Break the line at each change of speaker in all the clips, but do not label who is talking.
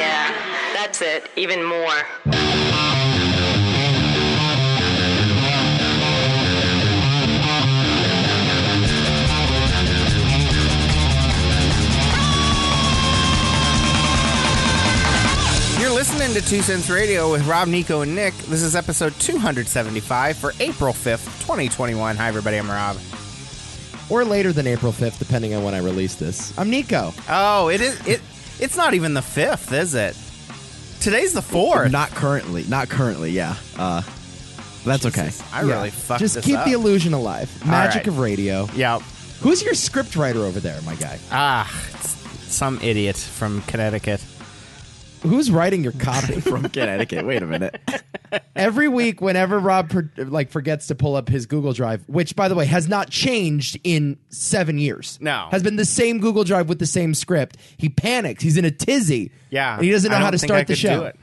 yeah, that's it. Even more.
You're listening to Two Cents Radio with Rob, Nico, and Nick. This is episode 275 for April 5th, 2021. Hi, everybody. I'm Rob.
or later than April 5th, depending on when I release this. I'm Nico.
Oh, it is. It. It's not even the fifth, is it? Today's the fourth.
Not currently. Not currently, yeah. Uh, that's okay.
I
Yeah.
really fucked
Just
this
keep
up.
the illusion alive. Magic
right.
of radio.
Yep.
Who's your scriptwriter over there, my guy?
Ah, it's some idiot from Connecticut.
Who's writing your copy?
from Connecticut. Wait a minute.
Every week, whenever Rob per- like forgets to pull up his Google Drive, which by the way has not changed in seven years,
No.
has been the same Google Drive with the same script. He panics. He's in a tizzy.
Yeah,
and he doesn't know
I
how
don't
to
think I
start the
could do
show.
it.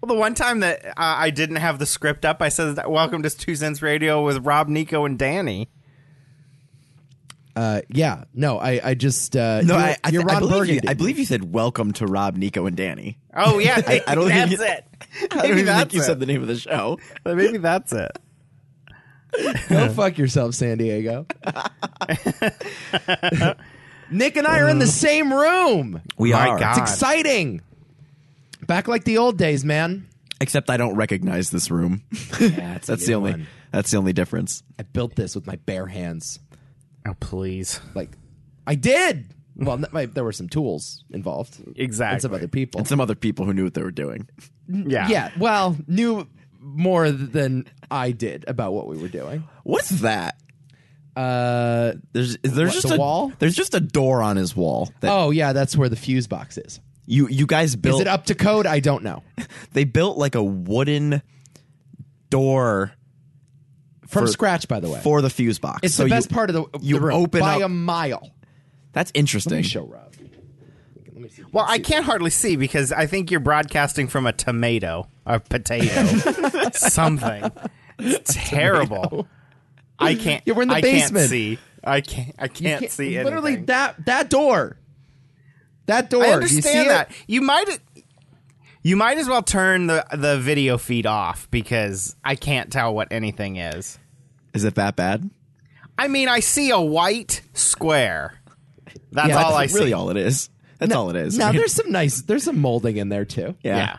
Well, the one time that uh, I didn't have the script up, I said, "Welcome to Two Cents Radio with Rob, Nico, and Danny."
Uh, yeah, no, I, I just uh,
No,
you're,
I, I,
you're
I
Ron
believe
Burgundy.
You, I believe you said welcome to Rob, Nico, and Danny.
Oh yeah, I,
I don't
that's
think you-
it.
I don't
Maybe
even
that's
think you
it.
said the name of the show.
Maybe that's it.
Go fuck yourself, San Diego. Nick and I are in the same room.
We
My
are.
God.
It's exciting. Back like the old days, man.
Except I don't recognize this room.
that's
that's the only. That's the only difference.
I built this with my bare hands.
Oh please,
Like, I did. Well, n- my, there were some tools involved
exactly.
and some other people.
And some other people who knew what they were doing.
yeah,
yeah, well, knew more than I did about what we were doing.
What's that?
Uh,
There's there's
What,
just
the
a
wall?
There's just a door on his wall that
oh, yeah, that's where the fuse box is.
you you guys
Is
built.
it up to code? I don't know.
They built like a wooden door
From
For-
scratch, by the way.
for the fuse box.
It's
So
the
you-
best part of the,
you
the room
open
by
up-
a mile.
That's interesting.
Show Rob. Let me see.
Well, I can't hardly see because I think you're broadcasting from a tomato, a potato, something. It's terrible. I can't.
Yeah, we're in the
I
basement.
Can't see. I can't. I can't,
Can't-
see.
literally
anything.
that that door. That door.
I
do you see
understand
it?
that. You might you might as well turn the the video feed off because I can't tell what anything is.
Is it that bad?
I mean, I see a white square. That's
Yeah,
all I
That's really
see.
all it is. That's all it is.
Now there's some nice there's some molding in there too.
yeah.
yeah.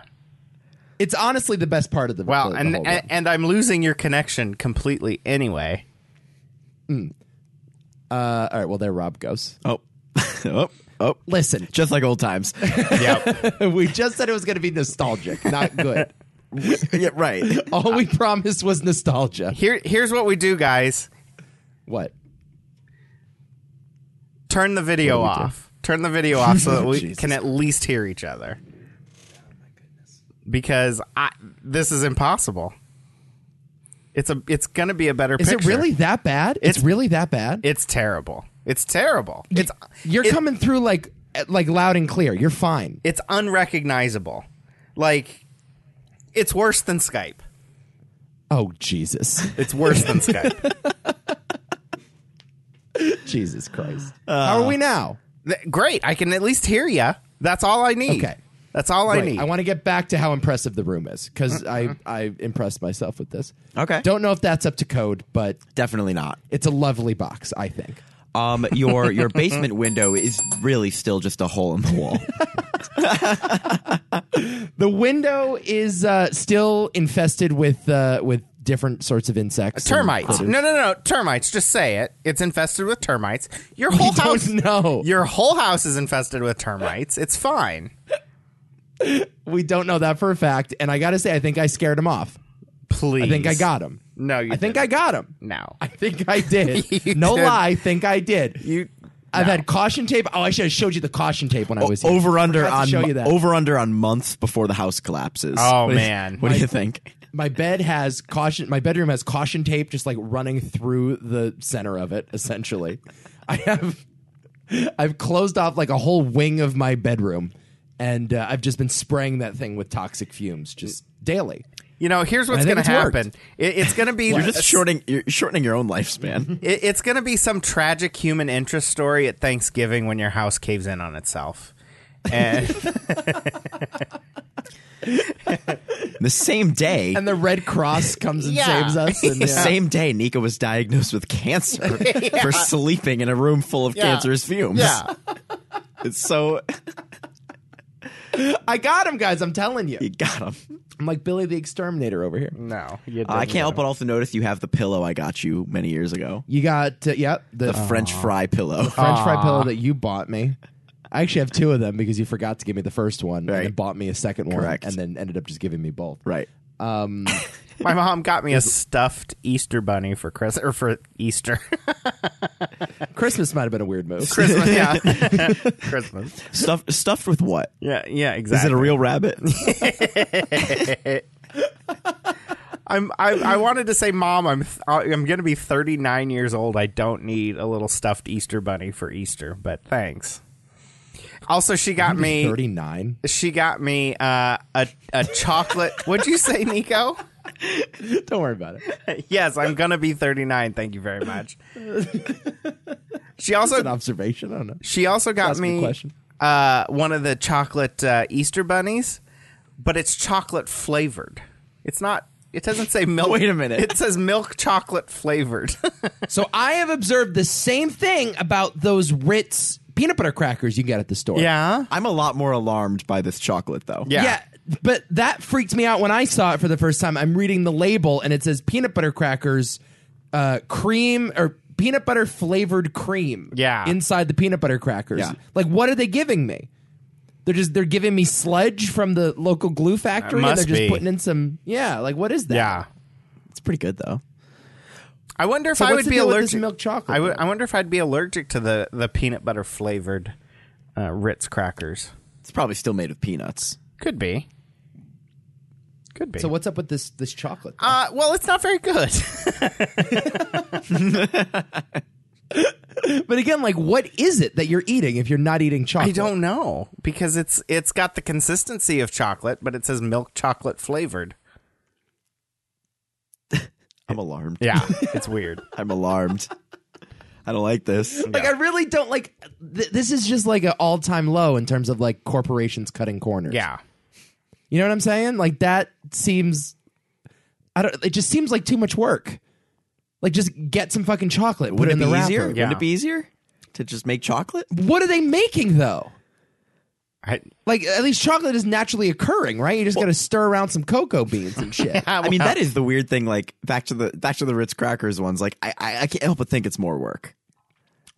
It's honestly the best part of the
Wow,
the- the
and,
whole
and
room.
and I'm losing your connection completely anyway.
Uh, all right, well there Rob goes.
Oh, oh, oh.
Listen,
Just like old times.
Yep.
we just said it was going to be nostalgic, not good.
yeah, right.
All we promised was nostalgia.
Here here's what we do, guys.
What?
Turn the video off. Turn the video off so that we
Jesus.
can at least hear each other.
Oh,
Because I this is impossible. It's a it's gonna be a better
Is it
picture.
really that bad? It's,
It's-
really that bad?
It's terrible. It's terrible. It's
You're
it-
coming through like like loud and clear. You're fine.
It's unrecognizable. Like it's worse than Skype.
Oh Jesus.
It's worse than Skype.
Jesus Christ. How are we now?
Th- Great. I can at least hear you. That's all I need.
Okay.
That's all I
Right.
need.
I want to get back to how impressive the room is because I, I impressed myself with this.
Okay.
Don't know if that's up to code, but
Definitely not.
it's a lovely box, I think.
Um, your your basement window is really still just a hole in the wall.
The window is uh, still infested with uh, with different sorts of insects. and
termites.
critters.
No, no, no. Termites. Just say it. It's infested with termites. Your
We
whole
don't
house
know.
Your whole house is infested with termites. It's fine.
We don't know that for a fact. And I got to say, I think I scared him off.
Please.
I think I got him.
No, you
I think
didn't.
I got him.
No.
I think I did.
You
no
did.
lie, think I did.
You
I've had caution tape. Oh, I should have showed you the caution tape when I was here.
over under
Forgot to
on
show you that.
over under on months before the house collapses.
Oh,
What do you-
man.
what do you think?
my bed has caution my bedroom has caution tape just like running through the center of it essentially i have i've closed off like a whole wing of my bedroom and uh, i've just been spraying that thing with toxic fumes just daily
You know, here's what's
I
going
think
to
it's worked.
happen. It, it's going to be
You're just shortening. You're shortening your own lifespan.
It, it's going to be some tragic human interest story at Thanksgiving when your house caves in on itself. And
the same day,
And the Red Cross comes and
Yeah.
saves us. And,
the
yeah.
same day, Nika was diagnosed with cancer for sleeping in a room full of cancerous fumes.
yeah,
It's so
I got him, guys. I'm telling you.
you got him.
I'm like Billy the Exterminator over here.
no, you
I can't help but also notice you have the pillow I got you many years ago.
You got, uh, yep, the,
The
French
French fry pillow.
fry pillow that you bought me. I actually have two of them because you forgot to give me the first one and then
Right.
bought me a second one
Correct.
and then ended up just giving me both.
right.
My mom got me a stuffed Easter bunny for Christmas or for Easter.
Christmas might have been a weird move.
Christmas, yeah, Christmas.
Stuffed stuffed with what?
Yeah, yeah,
Is
exactly.
it a real rabbit?
I'm, I, I wanted to say, Mom, I'm, th- I'm going to be 39 years old. I don't need a little stuffed Easter bunny for Easter, but thanks. Also, she got me.
39.
She got me uh, a a chocolate. What'd you say, Nico?
Don't worry about it.
Yes, I'm gonna be 39. Thank you very much. She
An
also
observation. I don't know.
she also got
Ask me a
me
question.
uh, one of the chocolate uh, Easter bunnies, but it's chocolate flavored. It's not. It doesn't say milk.
Wait a minute.
It says milk chocolate flavored.
So I have observed the same thing about those Ritz peanut butter crackers you get at the store.
yeah.
I'm a lot more alarmed by this chocolate though.
Yeah.
Yeah. But that freaked me out when I saw it for the first time. I'm reading the label and it says peanut butter crackers, uh, cream or peanut butter flavored cream.
Yeah.
Inside the peanut butter crackers.
Yeah.
Like what are they giving me? They're just they're giving me sludge from the local glue factory and
must
they're just
be.
putting in some yeah, like what is that?
Yeah.
It's pretty good though.
I wonder if
So
I
what's
would
the
be
deal with
allergic
this milk chocolate
I would-
then?
I wonder if I'd be allergic to the the peanut butter flavored uh, Ritz crackers.
It's probably still made of peanuts.
Could be. Could be.
So what's up with this this chocolate?
Uh, well, it's not very good.
But again, like what is it that you're eating if you're not eating chocolate?
I don't know because it's it's got the consistency of chocolate, but it says milk chocolate flavored.
I'm alarmed.
Yeah, it's weird.
I'm alarmed. I don't like this.
Like I really don't like. Th- this is just like an all-time low in terms of like corporations cutting corners.
Yeah,
you know what I'm saying? Like that seems. I don't. It just seems like too much work. Like just get some fucking chocolate. put
Would
it
it
in
be
the
easier?
wrapper.
Wouldn't
Yeah.
it be easier to just make chocolate?
What are they making though?
I,
Like at least chocolate is naturally occurring, right? You just got to stir around some cocoa beans and shit.
I mean, that is the weird thing. Like back to the back to the Ritz crackers ones. Like I, I, I can't help but think it's more work.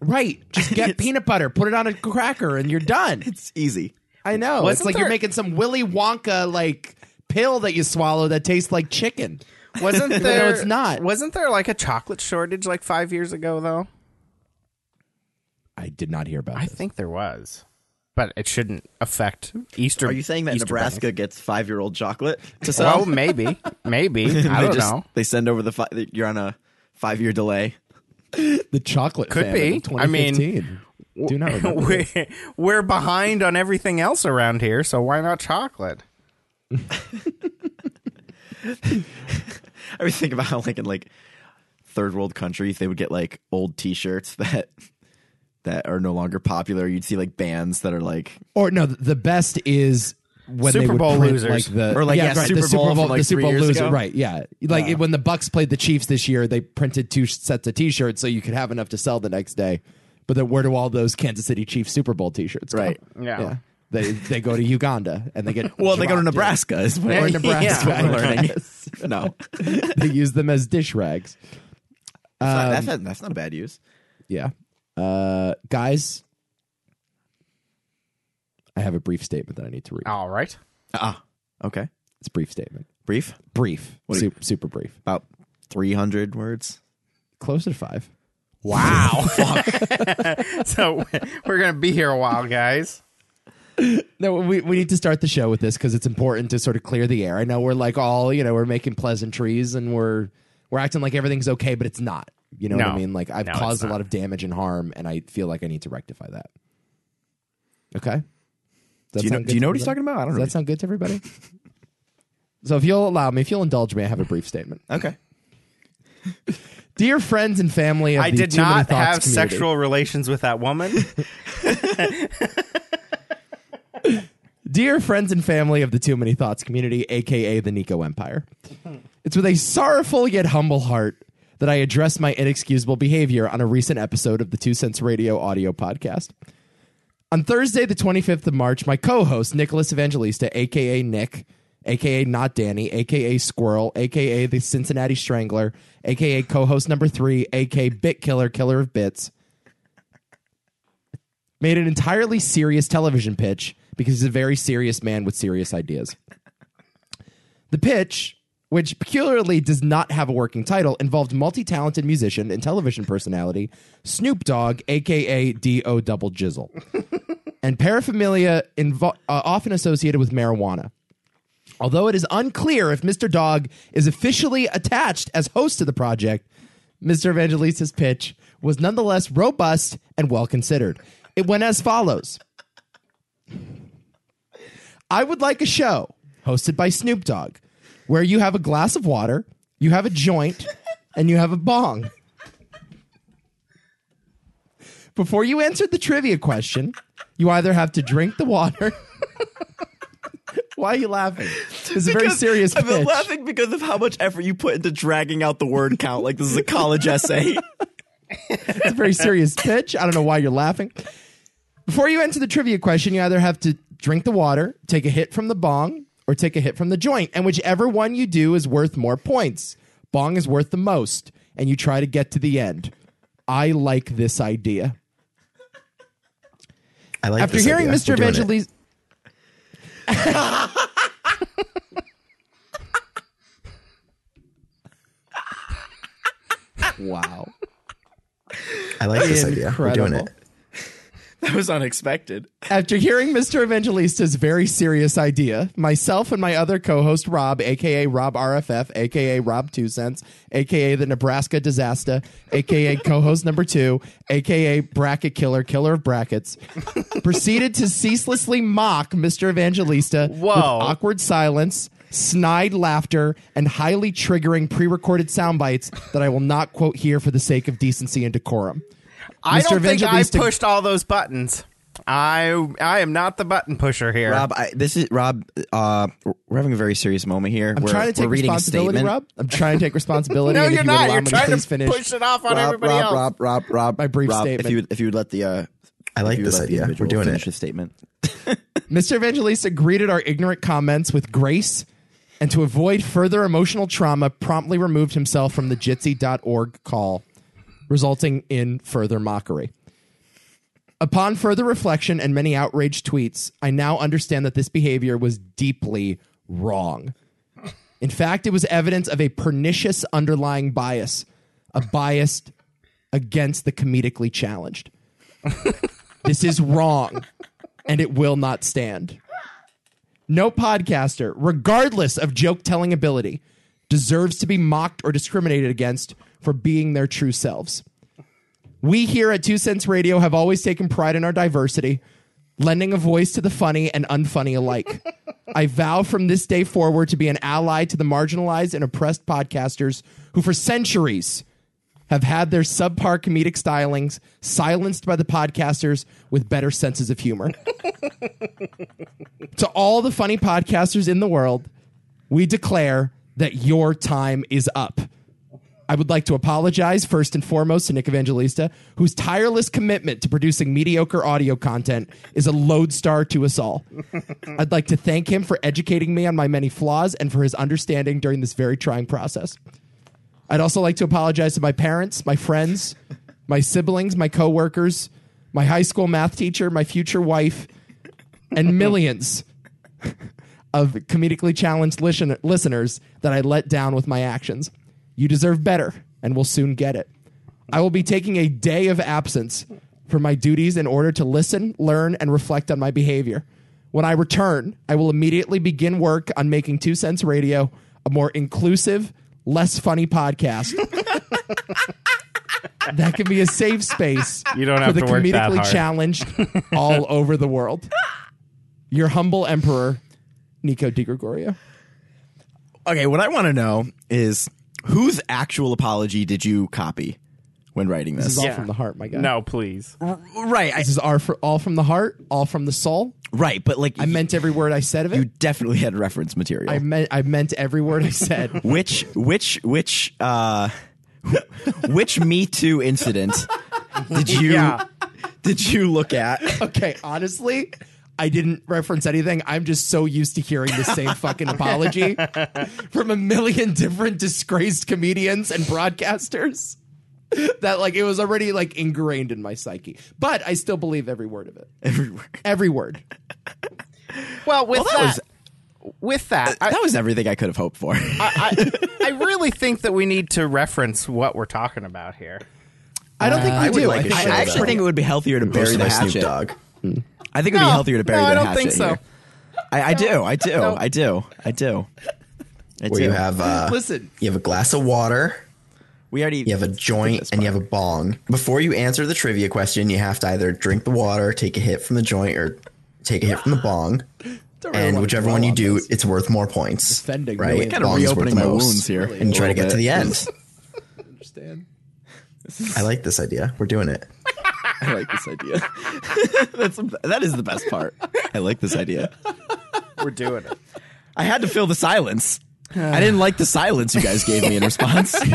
right. Just get peanut butter, put it on a cracker, and you're done.
It's easy.
I know. It's
Wasn't
like you're
there-
making some Willy Wonka like pill that you swallow that tastes like chicken.
wasn't there?
it's not.
Wasn't there like a chocolate shortage like five years ago though?
I did not hear about
I
this.
think there was, but it shouldn't affect Easter.
Are you saying that
Easter
Nebraska gets five year old chocolate to
Bunny.
sell?
Well, maybe, maybe. I
they
don't
just-
know.
They send over the fi- you're on a five year delay.
The chocolate
Could
famine
be.
of
I mean,
2015. do not remember.
We're, we're behind on everything else around here, so why not chocolate?
I always think about how like in like third world countries they would get like old T shirts that that are no longer popular. You'd see like bands that are like
or no, th- the best is when they
Super
would
Bowl
print,
losers.
like the
Or, like,
yeah,
yeah,
right,
Super
the Super
Bowl
Bowl,
from, like,
the Super
three
Bowl
years
loser,
ago?
right? Yeah, like it- when the Bucks played the Chiefs this year, they printed two sh- sets of T-shirts so you could have enough to sell the next day. But then where do all those Kansas City Chiefs Super Bowl T-shirts go?
Right.
Yeah.
They they go to Uganda and they get
well they go to
dropped in.
Nebraska is what,
or
is
Nebraska.
what we're learning. no,
they use them as dish rags.
That's not- that's not, that's not a bad use.
Yeah. Uh, guys, I have a brief statement that I need to read.
All right.
Ah, okay.
It's a brief statement.
Brief
Brief.
do
Super, super brief.
about three hundred words.
Closer to five.
Wow. so we're going to be here a while, guys.
No, we, we need to start the show with this because it's important to sort of clear the air. I know we're like all, you know, we're making pleasantries and we're we're acting like everything's okay, but it's not. You know what I
No.
mean? Like I've
No, it's
caused a
not.
lot of damage and harm, and I feel like I need to rectify that. Okay. Does that
Do you know?
sound good
Do you
to
know what
everybody?
he's talking about? I don't
Does
know.
that sound good to everybody? So if you'll allow me, if you'll indulge me, I have a brief statement.
Okay.
Dear friends and family of
I
the
did
Too Many
not
Thoughts
have
community.
sexual relations with that woman.
Dear friends and family of the Too Many Thoughts community, aka the Nico Empire, it's with a sorrowful yet humble heart that I address my inexcusable behavior on a recent episode of the Two Cents Radio audio podcast. On Thursday, the 25th of March, my co host, Nicholas Evangelista, aka Nick, aka Not Danny, aka Squirrel, aka the Cincinnati Strangler, aka co host number three, aka Bit Killer, Killer of Bits, made an entirely serious television pitch because he's a very serious man with serious ideas. The pitch, which peculiarly does not have a working title, involved multi talented musician and television personality Snoop Dogg, aka D.O. Double Jizzle, and paraphernalia invo- uh, often associated with marijuana. Although it is unclear if Mr. Dog is officially attached as host to the project, Mr. Evangelista's pitch was nonetheless robust and well considered. It went as follows I would like a show hosted by Snoop Dogg where you have a glass of water, you have a joint, and you have a bong. Before you answer the trivia question, you either have to drink the water. Why are you laughing? It's a very serious
I've been
pitch.
laughing because of how much effort you put into dragging out the word count. Like this is a college essay.
It's a very serious pitch. I don't know why you're laughing. Before you answer the trivia question, you either have to drink the water, take a hit from the bong, or take a hit from the joint. And whichever one you do is worth more points. Bong is worth the most, and you try to get to the end. I like this idea.
I like
After hearing Mr. Evangelista. wow.
I like this idea. We're doing
Incredible.
it.
that was unexpected.
After hearing Mr. Evangelista's very serious idea, myself and my other co-host Rob, aka Rob RFF, aka Rob Two Cents, aka the Nebraska Disaster, aka co-host number two, aka Bracket Killer, Killer of Brackets, proceeded to ceaselessly mock Mr. Evangelista
Whoa.
with awkward silence, snide laughter, and highly triggering pre-recorded sound bites that I will not quote here for the sake of decency and decorum.
I
Mr.
don't think I
Evangelista-
pushed all those buttons. I I am not the button pusher here.
Rob, I, this is Rob. Uh, we're having a very serious moment here.
I'm
we're,
trying to take
we're reading a
responsibility,
statement.
Rob. I'm trying to take responsibility.
no,
and if
you're
you would
not.
allow
You're
me
trying to
please finish.
push it off on
Rob,
everybody
Rob,
else.
Rob, Rob, Rob.
My brief
Rob, If
statement.
you would, if you would let the, uh,
I like
if you would let
this
the
idea. We're
individual
doing
finish
it.
his statement.
Mr. Evangelista greeted our ignorant comments with grace and to avoid further emotional trauma, promptly removed himself from the jitsi.org call, resulting in further mockery. Upon further reflection and many outraged tweets, I now understand that this behavior was deeply wrong. In fact, it was evidence of a pernicious underlying bias, a bias against the comedically challenged. this is wrong, and it will not stand. No podcaster, regardless of joke telling ability, deserves to be mocked or discriminated against for being their true selves. We here at Two Cents Radio have always taken pride in our diversity, lending a voice to the funny and unfunny alike. I vow from this day forward to be an ally to the marginalized and oppressed podcasters who, for centuries, have had their subpar comedic stylings silenced by the podcasters with better senses of humor. to all the funny podcasters in the world, we declare that your time is up. I would like to apologize first and foremost to Nick Evangelista, whose tireless commitment to producing mediocre audio content is a lodestar to us all. I'd like to thank him for educating me on my many flaws and for his understanding during this very trying process. I'd also like to apologize to my parents, my friends, my siblings, my coworkers, my high school math teacher, my future wife, and millions of comedically challenged listen- listeners that I let down with my actions. You deserve better and will soon get it. I will be taking a day of absence from my duties in order to listen, learn, and reflect on my behavior. When I return, I will immediately begin work on making Two Cents Radio a more inclusive, less funny podcast. that can be a safe space
You don't
for
have
the
to work that
comedically
hard.
challenged all over the world. Your humble emperor, Nico Di Gregorio.
Okay, what I want to know is whose actual apology did you copy when writing this?
This is all
Yeah.
from the heart, my guy.
No, please.
right, I,
This is our for, all from the heart, all from the soul.
right, but like
I meant every word I said of it.
you definitely had reference material.
I meant I meant every word I said.
which which which uh which Me Too incident did you
Yeah.
did you look at?
okay, honestly, I didn't reference anything. I'm just so used to hearing the same fucking apology from a million different disgraced comedians and broadcasters that like it was already like ingrained in my psyche. But I still believe every word of it.
Everywhere.
Every word.
Well, with
that
that, with that, I,
That was everything I could have hoped for.
I, I really think that we need to reference what we're talking about here.
I don't think
Uh, I
we
would
do.
like
I,
a show
I
actually
actually
think it would be healthier to bury
Hosted
the
by
hatchet.
Snoop Dogg.
I think it would be healthier to bury
no,
the
I don't
hatchet
think so.
here. I, I do. I do. I do. I do. I
Where you
do.
have uh,
Listen.
you have a glass of water,
we already
you have a joint, and you have a bong. Before you answer the trivia question, you have to either drink the water, take a hit from the joint, or take a hit from the bong.
Don't really
and
wanna
whichever
dwell
one you
on
do,
this.
it's worth more points.
Defending
right?
really
kind of
Bong's worth
reopening
the
my
most.
wounds here.
and you try to
a
get
little
to the
bit.
end.
understand.
I like this idea. We're doing it.
I like this idea. That's that is the best part. I like this idea.
We're doing it.
I had to fill the silence. I didn't like the silence you guys gave me in response. I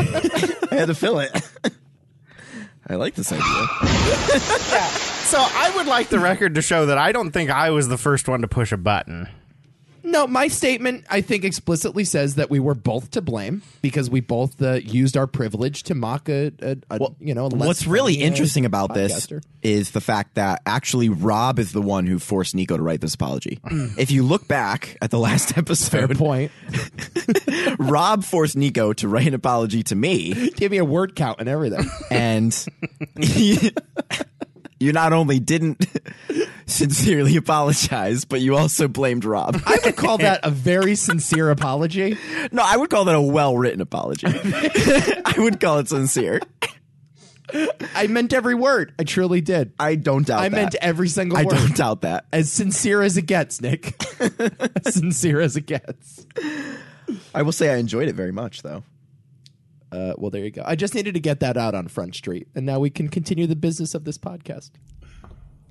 had to fill it. I like this idea.
So I would like the record to show that I don't think I was the first one to push a button.
No, my statement I think explicitly says that we were both to blame because we both uh, used our privilege to mock a, a, a you know. a less
What's really
funny, uh,
interesting about this
podcaster.
is the fact that actually Rob is the one who forced Nico to write this apology. if you look back at the last
Mm. Fair
episode,
point.
Rob forced Nico to write an apology to me,
Give me a word count and everything.
and you not only didn't sincerely apologize, but you also blamed Rob.
I would call that a very sincere apology.
No, I would call that a well written apology. I would call it sincere.
I meant every word. I truly did.
I don't doubt
I
that.
meant every single
I
word.
don't doubt that.
As sincere as it gets, Nick. as sincere as it gets.
I will say I enjoyed it very much, though.
Uh, well, there you go. I just needed to get that out on Front Street, and now we can continue the business of this podcast.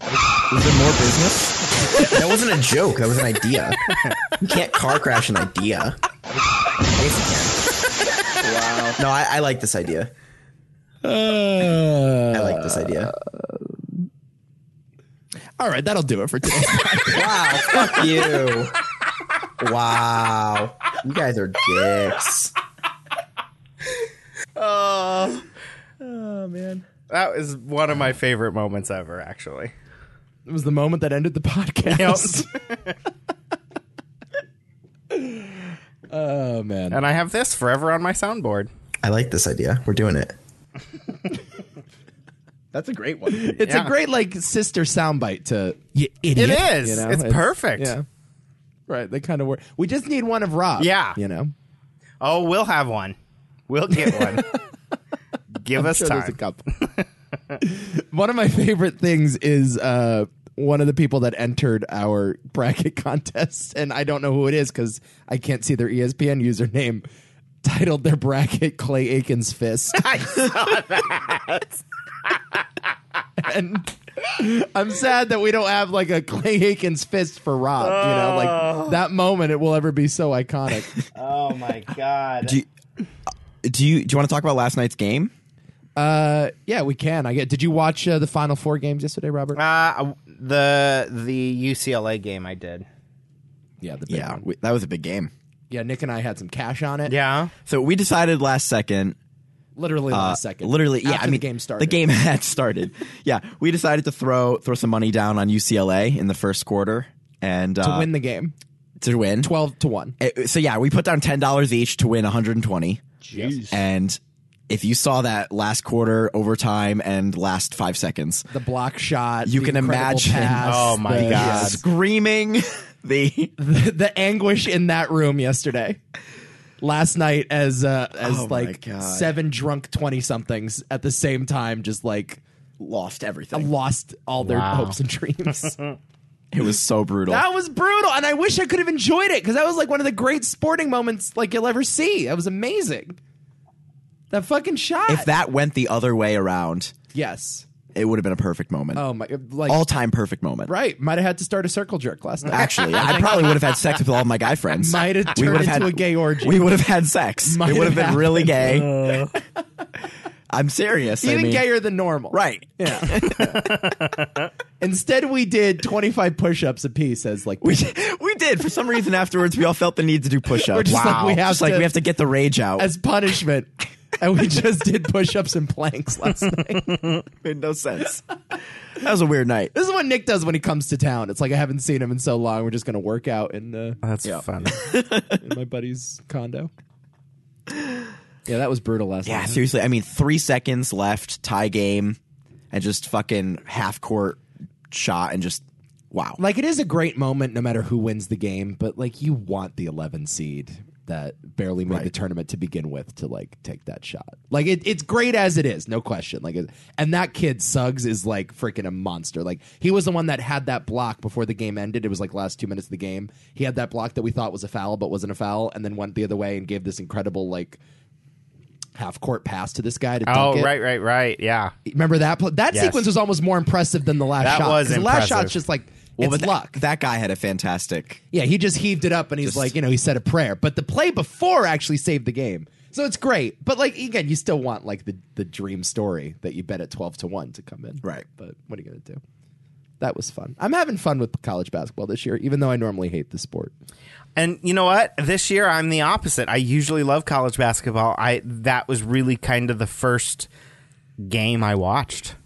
Was there more business?
That wasn't a joke. That was an idea. You can't car crash an idea. Wow. No, I, I like this idea.
Uh.
I like this idea.
Uh,
All right, that'll do it for today.
Wow. Fuck you. Wow. You guys are dicks.
That was one of my favorite moments ever, actually.
It was the moment that ended the podcast. oh man.
And I have this forever on my soundboard.
I like this idea. We're doing it.
That's a great one.
It's
Yeah.
a great like sister soundbite to you
It
idiot.
is.
you know?
it's, perfect.
Yeah. Right. They kind of work. We just need one of Rob.
Yeah.
You know?
Oh, we'll have one. We'll get one. Give us
Sure, there's a
time.
couple. one of my favorite things is uh one of the people that entered our bracket contest, and I don't know who it is because I can't see their E ESPN username, titled their bracket Clay Aiken's Fist.
I saw that.
and I'm sad that we don't have like a Clay Aiken's fist for Rob. You know, like that moment, it will ever be so iconic.
Oh my god.
Do you, do you do you want to talk about last night's game?
Uh, yeah, we can. I get. Did you watch uh, the final four games yesterday, Robert?
uh, the the UCLA game I did.
yeah, the big
Yeah,
one.
we, that was a big game.
Yeah, Nick and I had some cash on it.
Yeah.
So we decided last second.
literally
uh,
last second.
Literally, yeah.
After
I mean,
the game started.
The game had started. yeah, we decided to throw throw some money down on UCLA in the first quarter and uh,
to win the game,
to win.
twelve to one.
Uh, so yeah, we put down ten dollars each to win 120. And if you saw that last quarter, overtime, and last five seconds,
The block shot.
you
the
can
incredible
imagine.
pass,
Oh my
the,
God.
screaming the
the, the anguish in that room yesterday. Last night, as uh, as
Oh my
like
God.
seven drunk twenty somethings at the same time, just like
lost everything.
lost all their
Wow.
hopes and dreams.
It was so brutal.
That was brutal, and I wish I could have enjoyed it because that was like one of the great sporting moments like you'll ever see. That was amazing. That fucking shot.
if that went the other way around,
yes.
it would have been a perfect moment.
Oh my! Like
All time perfect moment.
right, might have had to start a circle jerk last night.
Actually, I probably would have had sex with all my guy friends.
Might have turned
would have
into a gay orgy.
We would have had sex.
Might
it would have been
have Oh.
really gay. I'm serious. I
Even
mean,
gayer than normal.
Right.
Yeah. Instead, we did 25 push ups apiece as like,
We, we did. For some reason afterwards, we all felt the need to do push ups.
We're just like, we have
just like,
to-
we have to get the rage out.
as punishment. And we just did push ups and planks last night.
made no sense. That was a weird night.
This is what Nick does when he comes to town. It's like, I haven't seen him in so long. We're just going to work out in, uh,
That's fun.
in my buddy's condo. Yeah, that was brutal last
Yeah,
night.
seriously. I mean, three seconds left, tie game, and just fucking half court shot and just wow.
Like, it is a great moment no matter who wins the game, but like, you want the 11 seed that barely made the tournament to begin with to like take that shot. Like, it, it's great as it is, no question. Like, it, and that kid Suggs is like freaking a monster. Like, he was the one that had that block before the game ended. It was like last two minutes of the game. He had that block that we thought was a foul, but wasn't a foul, and then went the other way and gave this incredible, like, half court pass to this guy to dunk
Oh,
it.
right, right, right. Yeah.
Remember that pl- that
Yes.
sequence was almost more impressive than the last
That
shot.
was
'cause the last
impressive.
shot's just like
Well,
it's
but that-
luck.
That, guy had a fantastic.
yeah, he just heaved it up and he's like, you know, he said a prayer. But the play before actually saved the game, so it's great. But like again, you still want like the the dream story that you bet at twelve to one to come in,
Right.
But what are you gonna do? That was fun. I'm having fun with college basketball this year, even though I normally hate the sport.
And you know what? This year I'm the opposite. I usually love college basketball. I that was really kind of the first game I watched.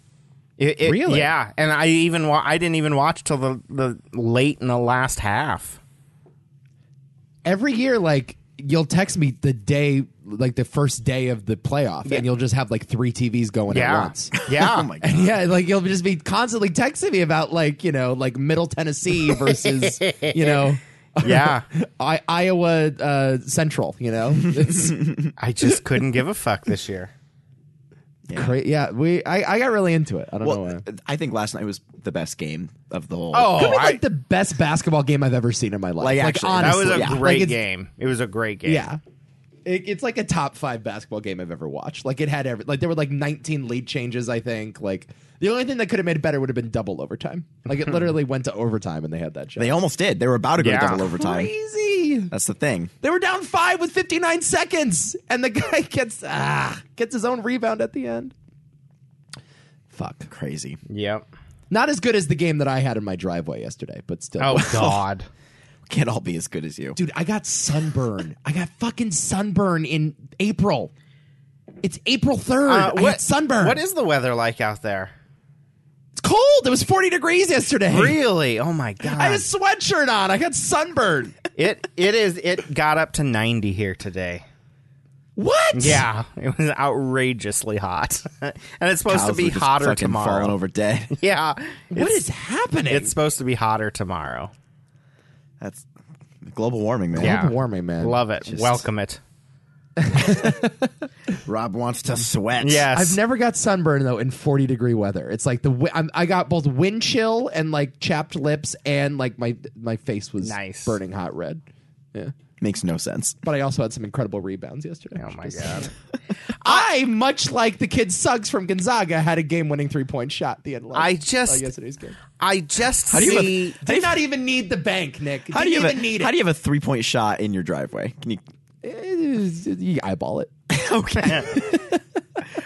It- it-
Really?
Yeah. And I even wa- I didn't even watch till the the late in the last half.
every year like you'll text me the day like the first day of the playoff and you'll just have like three TVs going
Yeah.
at once.
Yeah.
Oh my god.
And yeah, like you'll just be constantly texting me about like, you know, like Middle Tennessee versus, you know,
Yeah.
I- Iowa uh, Central, you know. It's
I just couldn't give a fuck this year.
cra- yeah, we I, I got really into it. I don't know
Well,
why.
I think last night was the best game of the whole.
Oh,
uh, Could be
I-
like the best basketball game I've ever seen in my life.
Like,
Like,
actually, that
honestly,
that was
Like,
a great
it's-
game. It was a great game.
Yeah. It, it's like a top five basketball game I've ever watched. Like it had every like there were like 19 lead changes. I think like the only thing that could have made it better would have been double overtime. Like it literally went to overtime and Hmm. they had that shot.
They almost did. They were about to go to
Yeah.
double overtime.
crazy.
That's the thing.
They were down five with 59 seconds, and the guy gets ah gets his own rebound at the end. Fuck.
Crazy.
Yep.
Not as good as the game that I had in my driveway yesterday, but still.
Oh God.
Can't all be as good as you.
Dude, I got sunburn. I got fucking sunburn in April. It's April 3rd.
Uh,
I got sunburn.
What is the weather like out there?
It's cold. It was 40 degrees yesterday.
Really? Oh my God.
I had a sweatshirt on. I got sunburned.
It it is it got up to 90 here today.
What?
Yeah, it was outrageously hot. and it's supposed
Cows
to be
were just
hotter
fucking Falling
tomorrow.
over dead.
Yeah.
What
it's,
is happening?
It's supposed to be hotter tomorrow.
That's global warming, man.
Yeah.
warming, man.
Love it.
Just-
Welcome it.
Rob wants to sweat.
Yes.
I've never got sunburn though in 40 degree weather. It's like the wi- I'm, I got both wind chill and like chapped lips and like my my face was
Nice.
burning hot red.
Makes no sense.
But I also had some incredible rebounds yesterday.
Oh my god.
I much like the kid Suggs from Gonzaga had a game winning three point shot at the end. Of
I just-
of yesterday's game.
I just
do you
see
Did not even need the bank, Nick.
How
Didn't
do you have
even
a,
need it?
How do you have a three point shot in your driveway? Can you?
you, you eyeball it?
Okay.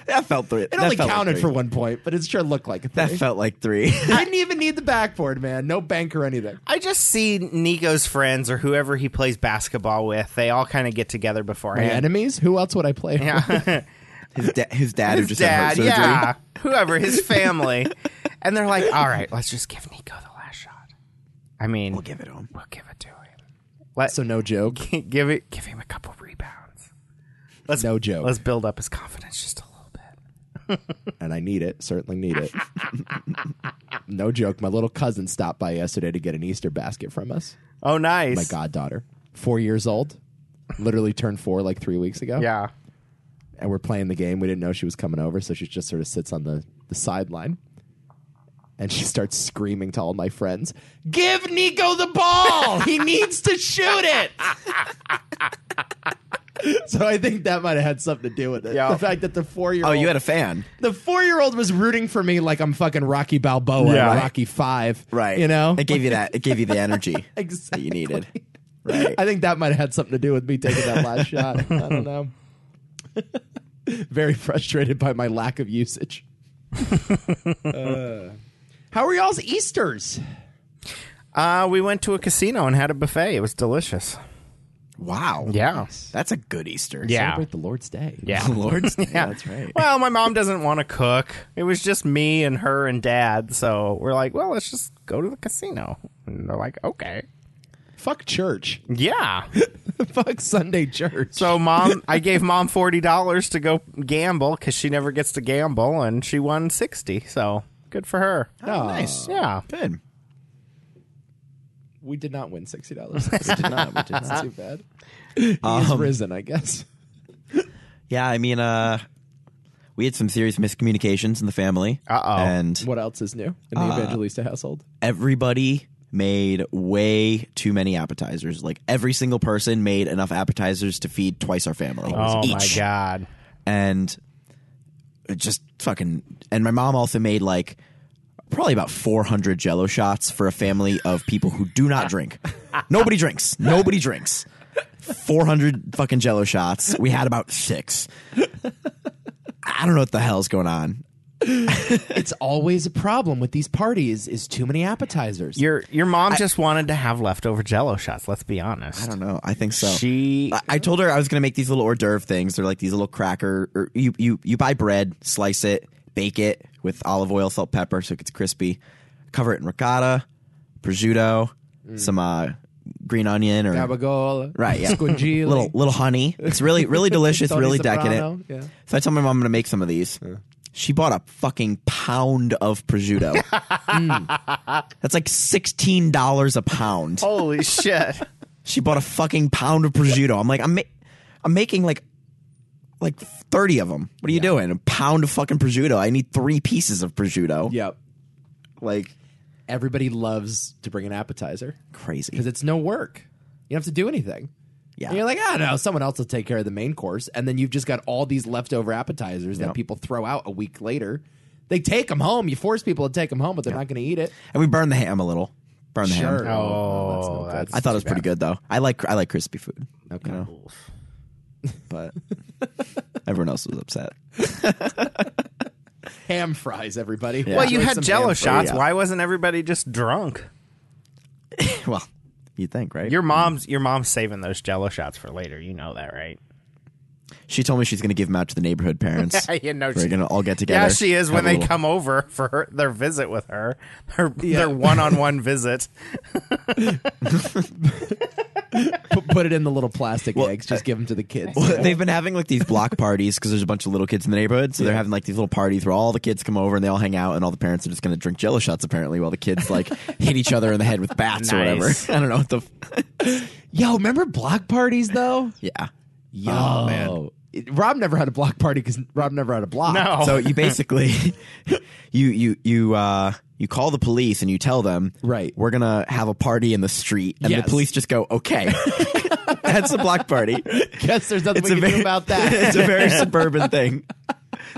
that felt three.
It only counted for one point, but it sure looked like a
That
thing.
felt like three.
didn't even need the backboard, man. No bank or anything.
I just see Nico's friends or whoever he plays basketball with, they all kind of get together
My
beforehand.
enemies? Who else would I play? Yeah.
his, da- his dad who
His
just
dad,
had heart surgery.
yeah. Whoever, his family. and they're like, all right, let's just give Nico the last shot. I mean,
We'll give it home.
We'll give it to him. Let,
So no joke.
give it give him a couple rebounds. Let's
No joke.
Let's build up his confidence just a little bit.
and I need it. Certainly need it. no joke. My little cousin stopped by yesterday to get an Easter basket from us.
Oh, nice.
My goddaughter, four years old, literally turned four like three weeks ago.
Yeah.
And we're playing the game. We didn't know she was coming over, so she just sort of sits on the, the sideline. And she starts screaming to all my friends, Give Nico the ball! He needs to shoot it! so I think that might have had something to do with it.
Yeah.
The fact that the four year
Oh,
old
you had a fan.
the four year old was rooting for me like I'm fucking Rocky Balboa
Yeah.
or Rocky Five.
Right.
You know?
It gave you that. It gave you the energy that
Exactly.
you needed. Right.
I think that might have had something to do with me taking that last shot. I don't know. Very frustrated by my lack of usage. Uh, how were y'all's Easter's?
Uh, we went to a casino and had a buffet. It was delicious.
Wow.
Yeah.
That's a good Easter.
Yeah.
Celebrate the Lord's Day.
Yeah.
The Lord's Day.
Yeah.
That's right.
Well, my mom doesn't want to cook. It was just me and her and dad. So we're like, well, let's just go to the casino. And they're like, okay.
Fuck church.
Yeah.
Fuck Sunday church.
So mom, I gave mom forty dollars to go gamble because she never gets to gamble, and she won sixty. So good for her.
Oh, nice.
Yeah.
Good.
we did not win sixty dollars.
We did not. We did
That's
not.
too bad. He's risen, I guess.
Yeah. I mean, uh, we had some serious miscommunications in the family.
Uh-oh.
And
What else is new in the
Uh,
Evangelista household?
everybody made way too many appetizers. Like every single person made enough appetizers to feed twice our family.
Oh
each.
my god.
and it just fucking and my mom also made like probably about 400 jello shots for a family of people who do not drink nobody drinks nobody drinks 400 fucking jello shots we had about six i don't know what the hell's going on
It's always a problem with these parties is too many appetizers.
Your your mom just wanted to have leftover Jello shots. Let's be honest.
i don't know i think so
She
I- I told her I was going to make these little hors d'oeuvre things. They're like these little cracker. Or you you you buy bread, slice it, bake it with olive oil, salt, pepper, so it gets crispy. Cover it in ricotta, prosciutto,
Mm.
some uh, green onion, or
Gabagola.
right, yeah,
Scongili.
little little honey. It's really really delicious,
Tony
really
Soprano,
decadent.
yeah.
So I told my mom I'm going to make some of these. She bought a fucking pound of prosciutto. Mm. That's like sixteen dollars a pound.
holy shit.
She bought a fucking pound of prosciutto. I'm like, I'm, ma- I'm making like, like thirty of them. What are you doing? A pound of fucking prosciutto. I need three pieces of prosciutto.
Yep.
like
Everybody loves to bring an appetizer
crazy.
because it's no work. You don't have to do anything.
Yeah.
And you're like, oh no, someone else will take care of the main course, and then you've just got all these leftover appetizers that
Yep.
people throw out a week later. They take them home. You force people to take them home, but they're not going to eat it.
and we burned the ham a little. Burned the ham.
Sure. Oh, that's no good.
I thought it was pretty good though. I like I like crispy food. Okay. but everyone else was upset.
ham fries, everybody.
Well,
Enjoy
you had
some
Jello
ham fries.
shots.
yeah.
Why wasn't everybody just drunk?
well, you think right?
Your mom's your mom's saving those Jello shots for later. You know that, right?
she told me she's going to give them out to the neighborhood parents.
you know
We're
she-
going to all get together.
Yeah, she is.
have
When
a
they
little-
come over for her, their visit with her, her their one on one visit.
Put, put it in the little plastic eggs. Just give them to the kids.
Well, they've been having like these block parties because there's a bunch of little kids in the neighborhood. So they're having like these little parties where all the kids come over and they all hang out, and all the parents are just going to drink Jello shots apparently, while the kids like hit each other in the head with bats or whatever.
Nice.
I don't know what the. F-
Yo, remember block parties though?
yeah. Oh.
Yo, It- Rob never had a block party because Rob never had a block.
No.
So you basically, you you you uh you call the police and you tell them,
Right.
We're gonna have a party in the street, and
Yes.
the police just go, okay, that's a block party.
guess there's nothing
It's
we
a
can do
very-
about that.
it's a very suburban thing.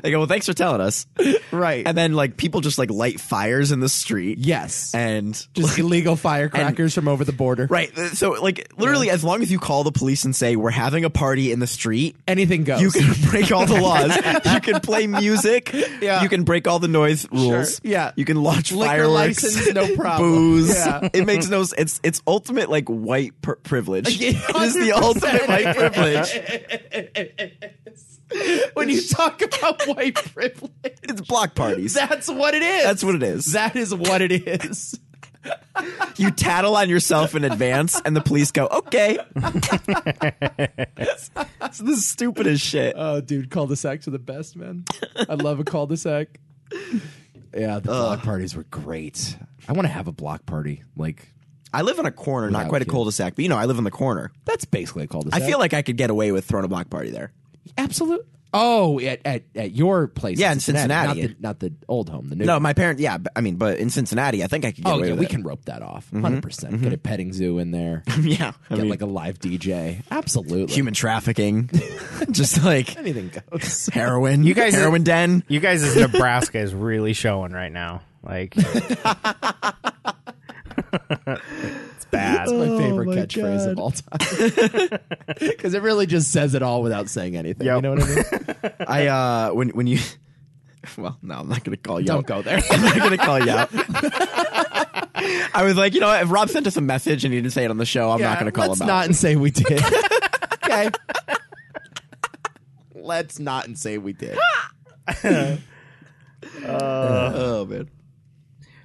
They go, well, thanks for telling us.
right.
And then like people just like light fires in the street.
yes,
And
just illegal firecrackers from over the border.
right. uh, So like literally as long as you call the police and say we're having a party in the street,
Anything goes.
you can break all the laws. you can play music.
Yeah.
You can break all the noise rules.
Yeah.
You can launch
Liquor
fireworks.
license, no problem.
Booze.
Yeah.
It makes no s- it's it's ultimate like white pr- privilege.
Yeah,
It is the
100%.
ultimate white privilege.
when you talk about white privilege,
It's block parties.
that's what it is.
That's what it is.
That is what it is.
you tattle on yourself in advance, and the police go, "Okay." it's the stupidest shit.
Oh, dude, cul-de-sacs are the best, man. I love a cul-de-sac. Yeah, the block parties were great. I want to have a block party. Like
I live in a corner, not
Without
quite a
kids.
cul-de-sac, but you know, I live in the corner.
that's basically a cul-de-sac.
I feel like I could get away with throwing a block party there.
absolute. Oh, at at, at your place.
Yeah, in
Cincinnati.
Cincinnati.
Not, the, not the old home, the new
No,
one.
my parents. Yeah, but- I mean, but in Cincinnati, I think I could get
Oh,
away
yeah,
with
we
it.
can rope that off. 100%. percent Get a petting zoo in there.
yeah, I
get
mean,
like a live DJ. Absolutely.
human trafficking, just like
Anything goes.
heroin.
You guys-
heroin den.
You guys, as Nebraska is really showing right now. Like, it's bad.
That's Oh my favorite catchphrase of all time. Because it really just says it all without saying anything. You
Yep.
know what I mean?
I uh, when when you, well, no, I'm not gonna call you.
Don't
out.
go there.
I'm not gonna call you out. I was like, you know, what, if Rob sent us a message and he didn't say it on the show, I'm not gonna call
let's
him
not
out.
and say we did. okay. Let's not and say we did.
Oh man.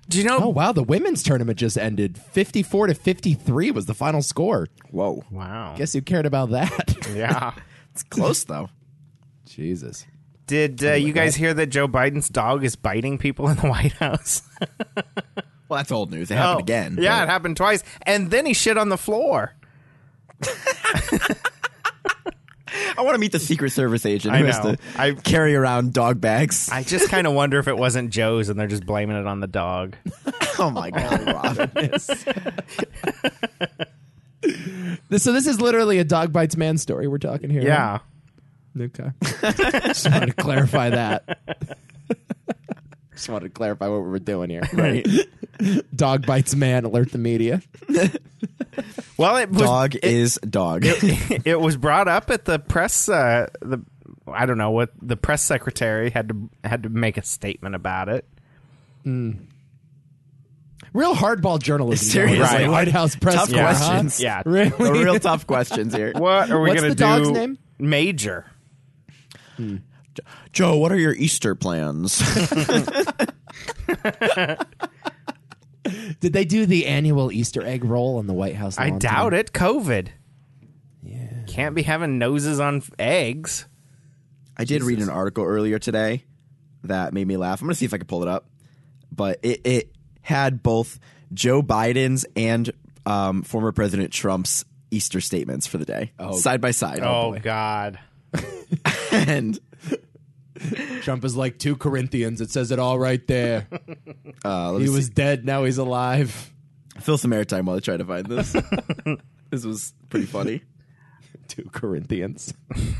Do you know?
Oh wow, the women's tournament just ended. Fifty-four to fifty-three was the final score.
Whoa.
Wow.
Guess who cared about that?
Yeah.
It's close though.
Jesus.
Did uh, you guys hear that Joe Biden's dog is biting people in the White House?
Well, that's old news. Oh, It happened again.
Yeah, it
but-
happened twice, and then he shit on the floor.
I want to meet the Secret Service agent
I
who has
know.
to
I-
carry around dog bags.
I just kind of wonder if it wasn't Joe's, and they're just blaming it on the dog.
oh my god, Rob.
This- So this is literally a dog bites man story we're talking here.
Yeah.
right? Okay. just wanted to clarify that. just wanted to clarify what we were doing here.
right.
Dog bites man. Alert the media.
Well, it was,
Dog is dog.
it was brought up at the press. Uh, the I don't know what the press secretary had to had to make a statement about it.
Real hardball journalism.
Seriously.
going on in the
Right.
White House press
Tough
corps, huh?
questions.
Yeah. Uh-huh.
Really?
Real tough questions here.
What are we
What's
gonna
the
do?
dog's name?
Major.
Joe, what are your Easter plans?
Did they do the annual Easter egg roll on the White House?
I doubt it. COVID. Yeah. Can't be having noses on f- eggs.
I did read an article earlier today that made me laugh. I'm going to see if I can pull it up. But it, it had both Joe Biden's and um, former President Trump's Easter statements for the day, side by side.
Oh, God.
And
Trump is like two Corinthians. It says it all right there.
uh, let
he
me see.
was dead. Now he's alive.
fill some airtime while I try to find this. this was pretty funny.
Two Corinthians.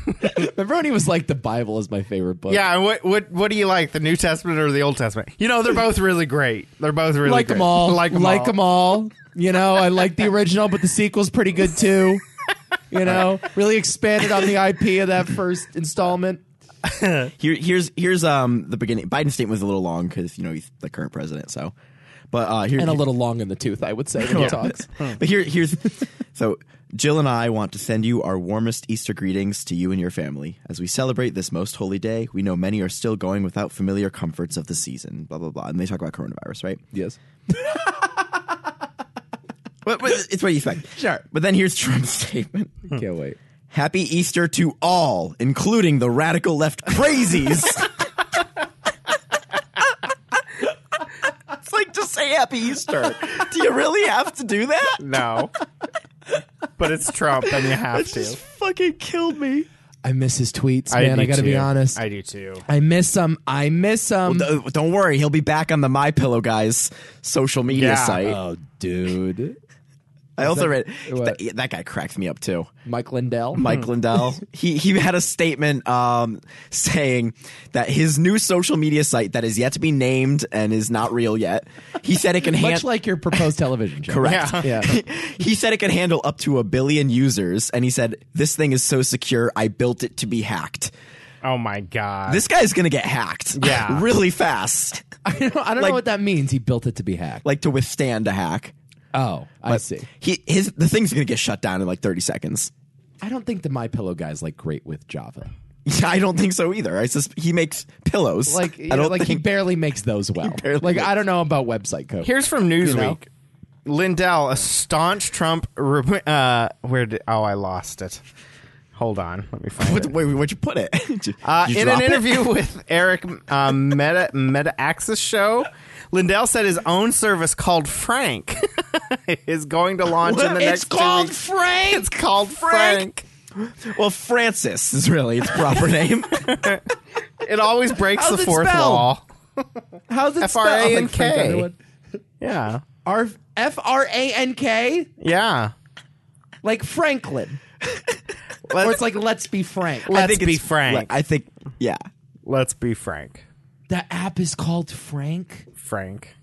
Remember when he was like, "The Bible is my favorite book."
Yeah. and What what what do you like, the New Testament or the Old Testament? You know, they're both really great. They're both really
like
great.
them all.
Like them all.
all. You know, I like the original, but the sequel's pretty good too. You know, really expanded on the IP of that first installment.
Here, here's here's um the beginning. Biden's statement was a little long because you know he's the current president. So, but uh, here
And a little long in the tooth, I would say, when he talks.
but here, here's so Jill and I want to send you our warmest Easter greetings to you and your family as we celebrate this most holy day. We know many are still going without familiar comforts of the season. Blah blah blah. And they talk about coronavirus, right?
Yes.
But, but it's what you expect.
Sure.
But then here's Trump's statement.
Hmm.
Can't wait.
Happy Easter to all, including the radical left crazies. it's like just say Happy Easter. Do you really have to do that?
No. but it's Trump, and you have to.
Fucking killed me.
I miss his tweets, man.
do
I, got to be
too.
honest.
I do too.
I miss him. I miss him.
D- Don't worry, he'll be back on the My Pillow guys social media
Yeah.
site.
oh, dude.
I also
that-
read
what?
that, that guy cracked me up too.
Mike Lindell.
Hmm.
Mike Lindell. He he had a statement um, saying that his new social media site that is yet to be named and is not real yet. He said it can
Much
handle
like your proposed television show.
correct.
Yeah.
he said it could handle up to a billion users, and he said this thing is so secure. I built it to be hacked.
Oh, my God.
This guy's gonna get hacked.
Yeah.
really fast.
I don't, I don't
Like-
know what that means. He built it to be hacked.
like to withstand a hack.
oh, I see.
He his the thing's gonna get shut down in like thirty seconds.
I don't think the My Pillow guy's like great with Java.
Yeah, I don't think so either. I sus- he makes pillows.
Like, you
I
know,
don't
like he
think
barely makes those well.
barely
Like,
makes-
I don't know about website code.
Here's from Newsweek.
know?
Lindell, a staunch Trump. Re- uh, where did? Oh, I lost it. Hold on, let me find
What,
it.
wait, where'd you put it? Did you-
Uh,
did you
in an
drop it?
interview with Eric um, Meta Meta Axis show, Lindell said his own service called Frank is going to launch in the
What?
next.
It's
two
called
weeks.
Frank.
It's called Frank.
Well, Francis is really its proper name.
It always breaks
How's
the
it
fourth
spelled?
wall.
How's it
F R A
spelled?
N
Like Frank
K.
Underwood.
Yeah.
R F R A N K,
Yeah.
like Franklin,
Let's,
or it's like Let's Be Frank.
let's
think
be
it's-
frank.
I think, yeah.
let's be frank.
The app is called Frank.
Frank.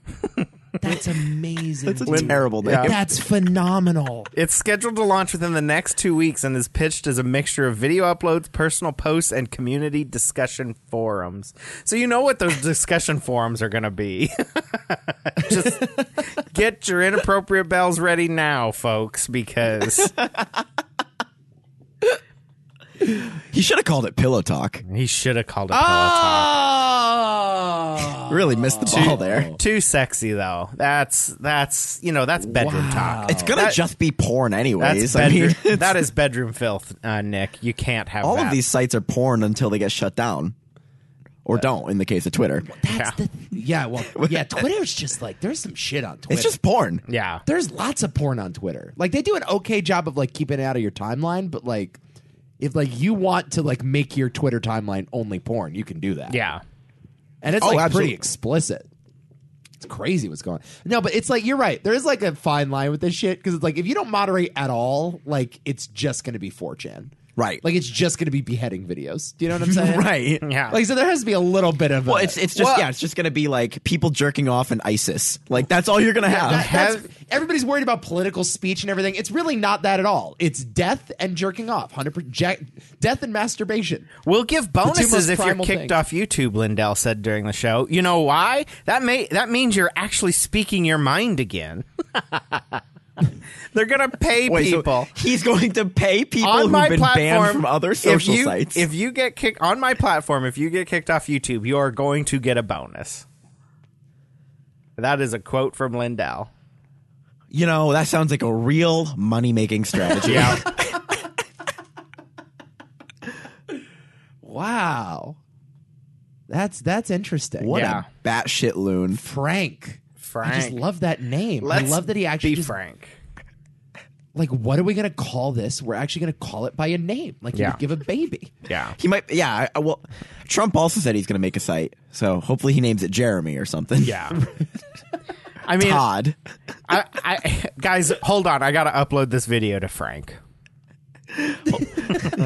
That's amazing.
It's a
dude.
terrible name.
yeah.
That's phenomenal.
It's scheduled to launch within the next two weeks and is pitched as a mixture of video uploads, personal posts, and community discussion forums. So you know what those discussion forums are going to be. Just get your inappropriate bells ready now, folks, because
He should have called it Pillow Talk.
he should have called it Peloton.
Oh,
Really missed the ball there.
Too sexy though. That's that's you know that's bedroom talk.
It's gonna just be porn, anyways.
That's
I mean,
bedroom, that is bedroom filth, uh, Nick. You can't have
all
that.
of these sites are porn until they get shut down, or don't. In the case of Twitter,
that's the yeah. Well, yeah. Twitter's just like there's some shit on Twitter.
it's just porn.
Yeah,
there's lots of porn on Twitter. Like they do an okay job of like keeping it out of your timeline, but like if like you want to like make your Twitter timeline only porn, you can do that.
yeah.
And it's
Oh,
like
absolutely.
pretty explicit. It's crazy what's going on. No, but it's like you're right. There is like a fine line with this shit because it's like if you don't moderate at all, like it's just going to be 4chan.
Right.
Like it's just going to be beheading videos. Do you know what I'm saying?
Right.
Yeah.
Like so there has to be a little bit of
Well,
a,
it's it's just
Well-
yeah, it's just gonna be like people jerking off in ISIS. Like that's all you're gonna Um, have.
That- that's-
Have-
everybody's worried about political speech and everything. It's really not that at all. It's death and jerking off. Hundred percent. Death and masturbation.
We'll give bonuses
most
if you're
primal
kicked
things.
off YouTube, Lindell said during the show. You know why? That may that means you're actually speaking your mind again. They're gonna pay
Wait, so
people.
he's going to pay people
on
who've
my
been
platform,
banned from other social
if you,
sites.
If you get kicked on my platform, if you get kicked off YouTube, you are going to get a bonus. That is a quote from Lindell.
you know, that sounds like a real money making strategy.
Yeah,
Wow. That's that's interesting.
What
Yeah.
a batshit loon.
Frank?
Frank.
I just love that name.
Let's
I love that he actually
be
just-
frank.
like. What are we gonna call this? We're actually gonna call it by a name, like you
Yeah.
would give a baby.
Yeah,
He might, yeah. I- I, well, Trump also said he's going to make a site, so hopefully he names it Jeremy or something.
yeah. I mean,
Todd.
I, I, guys, hold on. I gotta upload this video to Frank.
I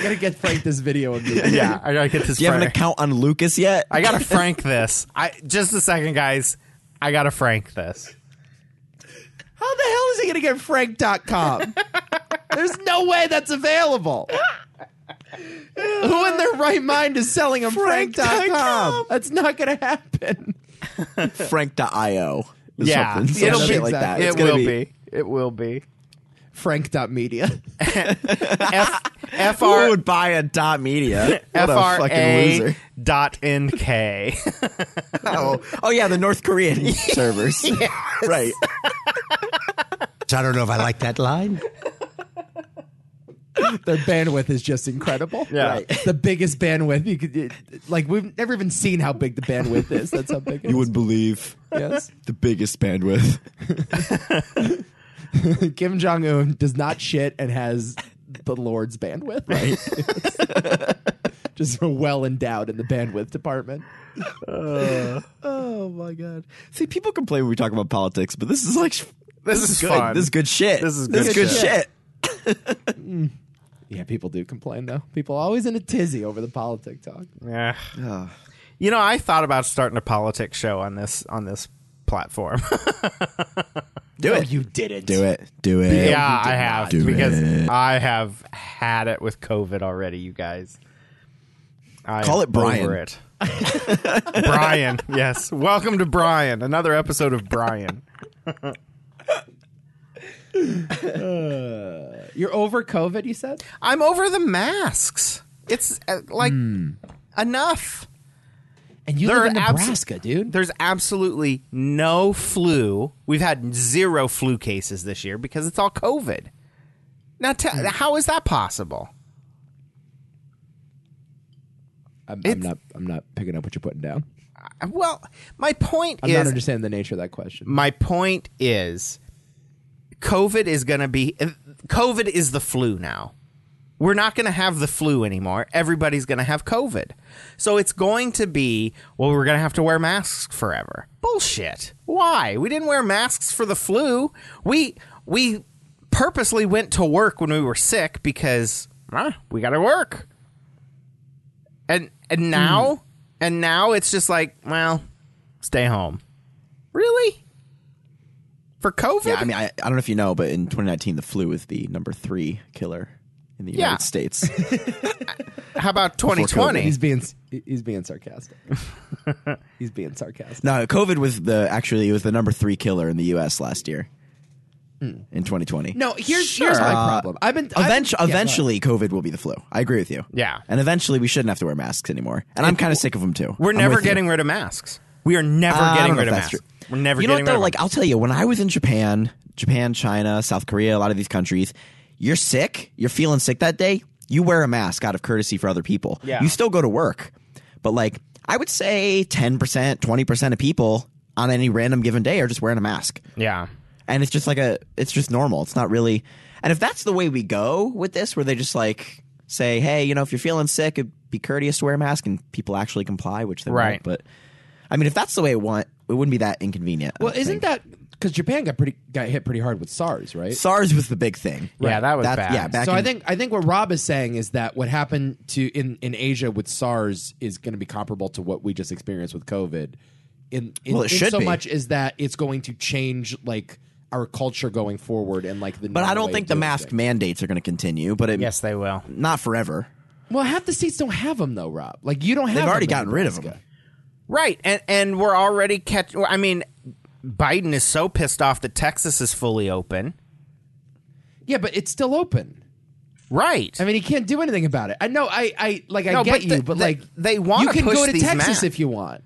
gotta get Frank this video immediately.
Yeah, I gotta get this.
Do you have an
Frank.
account on Lucas yet?
I gotta Frank this. I just a second, guys. I gotta Frank this.
How the hell is he gonna get Frank.com? There's no way that's available. Who in their right mind is selling him Frank.com?
Frank.com.
That's not gonna happen.
Frank.io. or
Yeah,
something. Some
it'll
shit
be-
like that.
exactly.
It's
it
gonna
will be. It will be.
Frank.media.
F F
Who
R
would buy a dot media?
F
What a
R
fucking
A
loser.
dot N K.
Oh, oh yeah, the North Korean servers. Right.
I don't know if I like that line.
Their bandwidth is just incredible.
Yeah.
Right. The biggest bandwidth you could it- like we've never even seen how big the bandwidth is. That's how big it is.
You wouldn't believe
yes.
the biggest bandwidth.
Kim Jong Un does not shit and has the Lord's bandwidth. Right. Just well endowed in the bandwidth department.
Oh my god. See, people complain when we talk about politics, but this is like
This is
good.
fun.
This is good shit.
This is good
good
shit.
shit.
Yeah, people do complain though. People always in a tizzy over the politic talk.
Yeah. You know, I thought about starting a politics show on this on this platform.
Do it.
You didn't.
Do it. Do it.
yeah, I have
do
because
it.
I have had it with COVID already, you guys. I
Call
am
it Brian.
over it. Brian, yes. Welcome to Brian. Another episode of Brian.
You're over COVID, you said?
I'm over the masks. It's uh, like
Hmm.
enough.
And you
There
live
are
in
abs-
Nebraska, dude.
There's absolutely no flu. We've had zero flu cases this year because it's all COVID. Now, te-
Hmm.
how is that possible?
I'm,
It's-
not I'm not picking up what you're putting down.
Uh, Well, my point
I'm
is
not understanding the nature of that question.
my point is COVID is going to be uh, COVID is the flu now. We're not going to have the flu anymore. Everybody's going to have COVID. So it's going to be, well, we're going to have to wear masks forever. Bullshit. Why? We didn't wear masks for the flu. We we purposely went to work when we were sick because huh, we got to work. And
Hmm.
and now and now it's just like, well, stay home. Really? For COVID?
Yeah, I mean, I, I don't know if you know, but in 2019, the flu was the number three killer in the United
Yeah.
States.
How about
He's
2020?
being he's being sarcastic. he's being sarcastic.
no, COVID was the actually it was the number three killer in the U.S. last year
Hmm.
in 2020.
No, here's here's my problem. I've been I've-
Eventu-
yeah,
eventually, COVID will be the flu. I agree with you.
Yeah.
and eventually, we shouldn't have to wear masks anymore. And I'm kind of sick of them too.
We're
I'm
never
with you.
getting rid of masks. We are never
Ah, I
getting
don't know
rid
if
of
that's
masks.
true.
We're never
you know
getting
what,
rid
though?
of
Like I'll tell you, when I was in Japan, Japan, China, South Korea, a lot of these countries, you're sick, you're feeling sick that day, you wear a mask out of courtesy for other people.
Yeah.
You still go to work, but like I would say, ten percent, twenty percent of people on any random given day are just wearing a mask
Yeah.
and it's just like a it's just normal it's not really and if that's the way we go with this where they just like say hey you know if you're feeling sick it'd be courteous to wear a mask and people actually comply which they
Right.
won't but i mean if that's the way it want it wouldn't be that inconvenient I
Well,
don't
isn't
think.
that because Japan got pretty got hit pretty hard with SARS, right?
sars was the big thing
Yeah, that was bad.
yeah back
so I
in-
think I think what Rob is saying is that what happened to in, in Asia with SARS is going to be comparable to what we just experienced with COVID. In, in,
Well, it
in
should
so
be.
much is that it's going to change like our culture going forward and like the.
but i
normal
don't
way
think
of
the
doing
mask
things.
mandates are going to continue but it,
Yes, they will.
not forever
well, half the states don't have them though, Rob. Like you don't have.
they've already
them in
gotten rid of
Nebraska.
them
Right. And and we're already catch I mean Biden is so pissed off that Texas is fully open.
Yeah, but it's still open.
Right.
I mean, he can't do anything about it. I know. I, I like. I
No,
get
but
you,
the-
but
the-
like,
they wanna
You can
push
go to
these
Texas
masks.
if you want.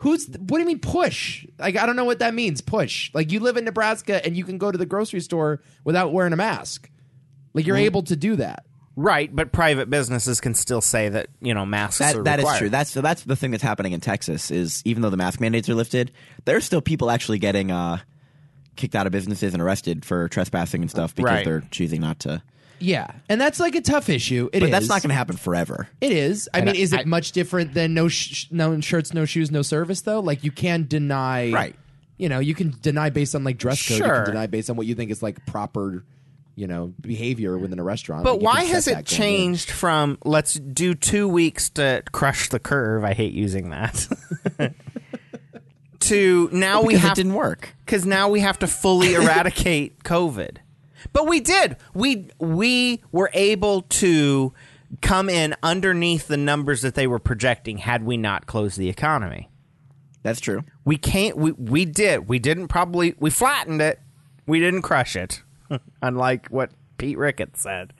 Who's? What do you mean push? Like, I don't know what that means. Push. Like, you live in Nebraska and you can go to the grocery store without wearing a mask. Like, you're able to do that.
right, but private businesses can still say that, you know, masks are
That, that is
required.
true. That's that's the thing that's happening in Texas is even though the mask mandates are lifted, there's still people actually getting uh, kicked out of businesses and arrested for trespassing and stuff because
Right.
they're choosing not to.
Yeah, and that's like a tough issue. It is.
But that's not going to happen forever.
It is. I mean, is it much different than no sh- no shirts, no shoes, no service though? Like, you can deny.
Right.
You know, you can deny based on like dress code. You
Sure.
can deny based on what you think is like proper. You know, behavior within a restaurant.
But
Like, you
why
can set
has
that
it
going in.
changed from let's do two weeks to crush the curve? I hate using that. to now we
because
have
it didn't work.
because now we have to fully eradicate COVID. But we did. We we were able to come in underneath the numbers that they were projecting had we not closed the economy.
That's true.
We can't. We we did. We didn't probably. We flattened it. We didn't crush it, unlike what Pete Ricketts said.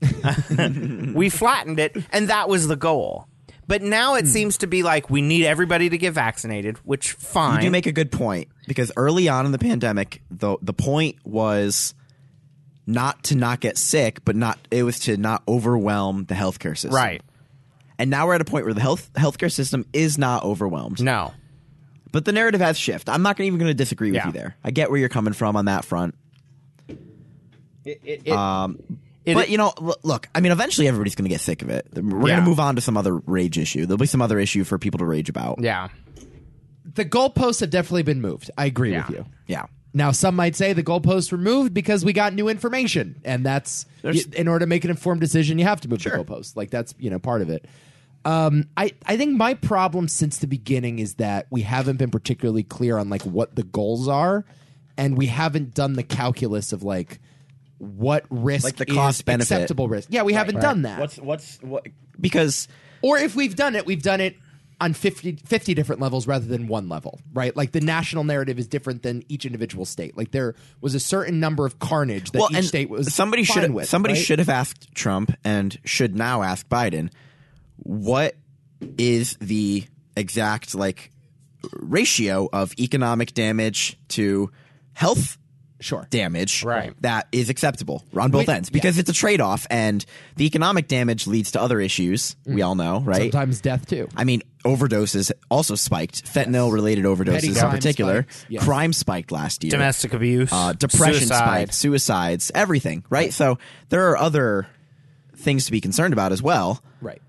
we flattened it, and that was the goal. But now it seems to be like we need everybody to get vaccinated, which fine.
You do make a good point because early on in the pandemic, the the point was not to not get sick, but not it was to not overwhelm the healthcare system.
right?
And now we're at a point where the health healthcare system is not overwhelmed.
No.
But the narrative has shifted. I'm not gonna- even going to disagree with
Yeah.
you there. I get where you're coming from on that front. Um,
It-
but you know, l- look, I mean, eventually everybody's going to get sick of it. We're going
Yeah.
to move on to some other rage issue. There'll be some other issue for people to rage about.
yeah.
the goalposts have definitely been moved. I agree
Yeah.
with you.
Yeah.
Now, some might say the goalposts were moved because we got new information, and that's
There's-
y- in order to make an informed decision, you have to move the
Sure.
goalposts. Like that's you know part of it. Um, I I think my problem since the beginning is that we haven't been particularly clear on like what the goals are, and we haven't done the calculus of like what risk
Like the
is
cost benefit.
acceptable risk. Yeah, we haven't done that.
what's what? Because
Or if we've done it, we've done it on 50, 50 different levels rather than one level, right? Like the national narrative is different than each individual state. Like there was a certain number of carnage that
well,
each
and
state was
somebody
fine
should
with.
somebody
right?
should have asked Trump and should now ask Biden what is the exact like ratio of economic damage to health
sure.
damage
Right.
that is acceptable on both
We-
ends because it's a trade-off and the economic damage leads to other issues we all know right
Mm. Sometimes death too.
I mean, overdoses also spiked. Fentanyl related
Petty
overdoses in
crime
particular.
spikes, yes.
Crime spiked last year.
Domestic abuse,
uh, depression
suicide.
spiked, suicides, everything, right? So there are other things to be concerned about as well.
Right.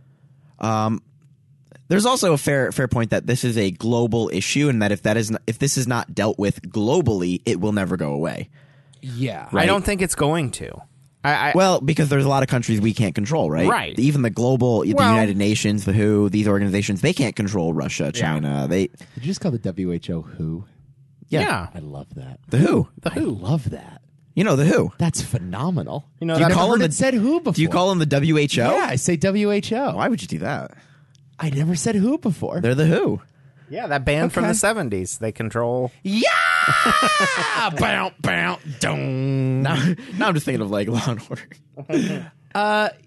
There's also a fair fair point that this is a global issue, and that if that is not, if this is not dealt with globally, it will never go away.
Yeah.
I don't think it's going to. I, I
Well, because there's a lot of countries we can't control, right?
Right.
Even the global, the
Well-
United Nations, the WHO, these organizations, they can't control Russia, China. They,
Did you just call the WHO WHO?
yeah.
yeah.
I love that.
the WHO.
The WHO. I love that.
You know the WHO.
That's phenomenal. You
know,
know, you
I've
call
call
heard
them
it
the-
said who before?
Do you call them the WHO?
Yeah, I say WHO.
Why would you do that?
I never said who before.
They're the WHO.
Yeah, that band from
Okay.
the 70s. They control.
Ah, bow, bow, dong.
Now, now I'm just thinking of like Law and Order.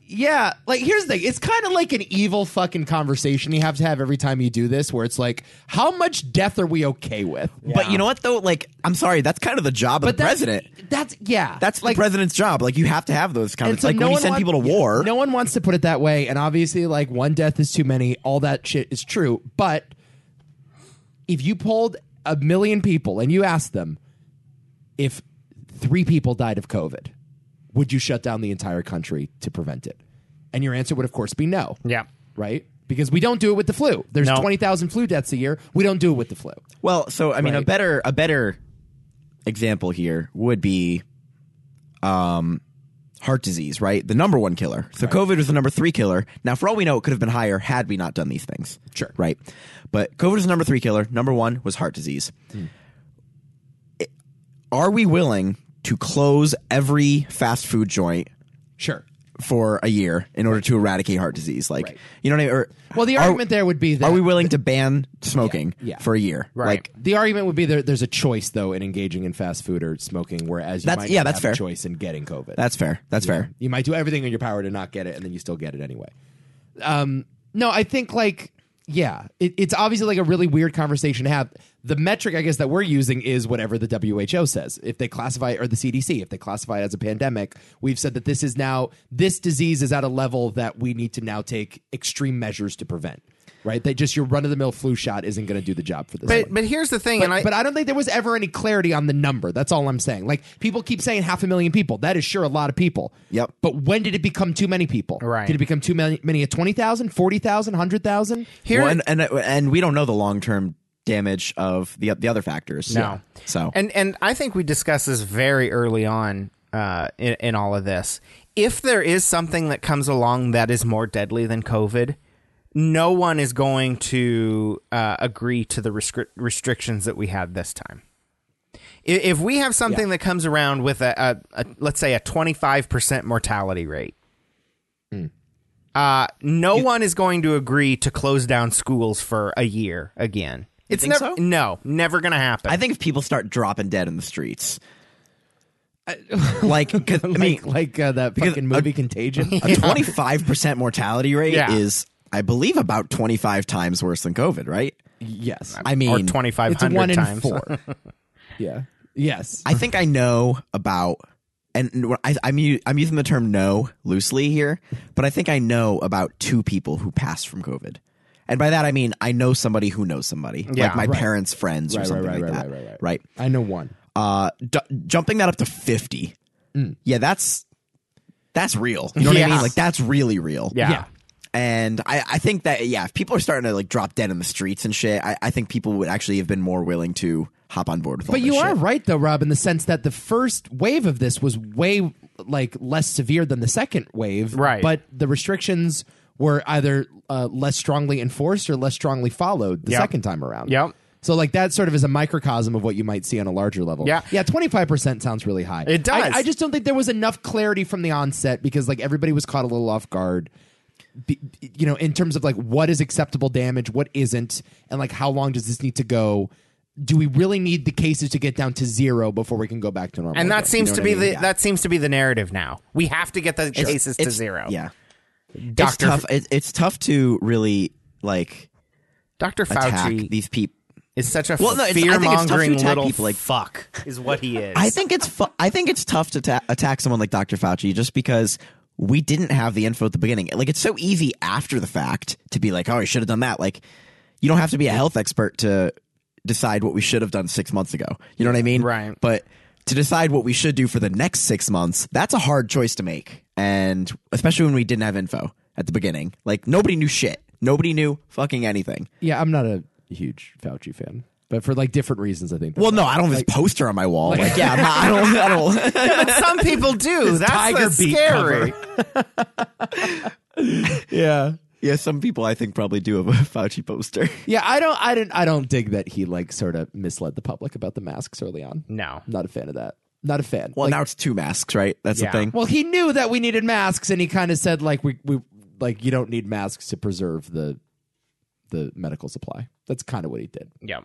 Yeah, like here's the thing. It's kind of like an evil fucking conversation you have to have every time you do this, where it's like, how much death are we okay with?
But you know what though? Like, I'm sorry, that's kind of the job of the
that's-
president.
That's yeah.
That's
like
the president's job. Like, you have to have those kind
and
of
so
like
no
when you
one
send
want-
people to war.
No one wants to put it that way, and obviously, like one death is too many. All that shit is true, but if you polled a million people and you asked them if three people died of COVID, would you shut down the entire country to prevent it? And your answer would, of course, be no.
Yeah.
right? Because we don't do it with the flu. There's
No.
20,000 flu deaths a year. We don't do it with the flu.
Well, so I mean, a
Right.
better a better example here would be, um, heart disease, right? The number one killer. So COVID was the number three killer. Now, for all we know, it could have been higher had we not done these things.
Sure.
right? But COVID was the number three killer. Number one was heart disease.
Hmm.
It- Are we willing to close every fast food joint?
Sure.
For a year, in order to eradicate heart disease, like
Right.
you know what I mean. Or,
Well, the
are-
argument there would be that
Are we willing to ban smoking
Yeah, yeah.
for a year?
Right.
Like,
the argument would be there, there's a choice though in engaging in fast food or smoking, whereas you
That's-
might
yeah,
not
that's
have
fair.
a choice in getting COVID.
that's fair. That's fair.
you might do everything in your power to not get it, and then you still get it anyway. Um, no, I think like yeah, it, it's obviously like a really weird conversation to have. The metric, I guess, that we're using is whatever the WHO says. If they classify or the CDC, if they classify it as a pandemic, we've said that this is now this disease is at a level that we need to now take extreme measures to prevent. Right? That just your run of the mill flu shot isn't going to do the job for this. one.
But but here's the thing, and I
But I don't think there was ever any clarity on the number. That's all I'm saying. Like people keep saying half a million people. That is sure a lot of people.
Yep.
But when did it become too many people?
Right.
Did it become too many? Many at 20,000, 40,000, 100,000?
here
Well, and, and and we don't know the long term damage of the the other factors.
No.
So
and and I think we discussed this very early on uh, in, in all of this. If there is something that comes along that is more deadly than COVID, no one is going to uh, agree to the restric restrictions that we had this time. I- If we have something that comes around with a, a, a let's say a twenty five percent mortality rate,
Hmm.
uh, no one is going to agree to close down schools for a year again. It's
think
never
so?
no, never going to happen.
I think if people start dropping dead in the streets, like 'cause, I mean,
like like uh, that
because
fucking
a-
movie Contagion.
a twenty five percent mortality rate
Yeah.
is, I believe, about twenty five times worse than COVID, right?
yes.
I mean,
or 2500
it's a one
times
in four. yeah. Yes.
I think I know about, and when I, I'm u- I'm using the term "know" loosely here, but I think I know about two people who passed from COVID, and by that I mean I know somebody who knows somebody,
Yeah,
like my
right.
parents' friends
Right,
or
right,
something
right,
like
right,
that,
right, right,
right?
I know one.
Uh, d- jumping that up to fifty,
Mm.
yeah, that's that's real. You know what I
Yeah.
mean? Like that's really real.
Yeah.
And I, I think that yeah, if people are starting to like drop dead in the streets and shit, I, I think people would actually have been more willing to hop on board with. all
But
this
you
shit.
are right, though, Rob, in the sense that the first wave of this was way like less severe than the second wave,
Right.
But the restrictions were either uh, less strongly enforced or less strongly followed the
Yep.
second time around.
Yep.
So like that sort of is a microcosm of what you might see on a larger level.
Yeah.
yeah, twenty five percent sounds really high.
It does.
I, I just don't think there was enough clarity from the onset because like everybody was caught a little off guard. Be, you know, in terms of like what is acceptable damage, what isn't, and like how long does this need to go? Do we really need the cases to get down to zero before we can go back to normal?
and
again?
that
You
seems
know
to
what I
be
mean?
the
Yeah.
that seems to be the narrative now we have to get the cases to
It's-
zero
Yeah, it's
dr
tough. It, it's tough to really like
dr
attack
fauci
these people.
is such a
Well, no, it's- I think it's tough to
fear-mongering
attack
little
people like-
fuck is what he is
I think it's fu- I think it's tough to ta- attack someone like Dr. Fauci just because we didn't have the info at the beginning. Like it's so easy after the fact to be like, "Oh, I should have done that." Like you don't have to be a health expert to decide what we should have done six months ago. You know what I mean?
Right.
But to decide what we should do for the next six months, that's a hard choice to make. And especially when we didn't have info at the beginning. Like nobody knew shit. Nobody knew fucking anything.
Yeah, I'm not a huge Fauci fan, but for like different reasons, I think.
Well, no, I don't have his poster on my wall. Like, yeah, I'm not, I don't. I don't.
Some people do. That's
tiger
what's
beak
scary.
yeah,
yeah, some people I think probably do have a Fauci poster.
yeah. I don't, I don't, I don't dig that he like sort of misled the public about the masks early on.
No.
not a fan of that. Not a fan.
Well,
Like,
now it's two masks, right? That's
Yeah.
the thing.
well, he knew that we needed masks, and he kind of said like we, we, like you don't need masks to preserve the, the medical supply. That's kind of what he did,
Yeah.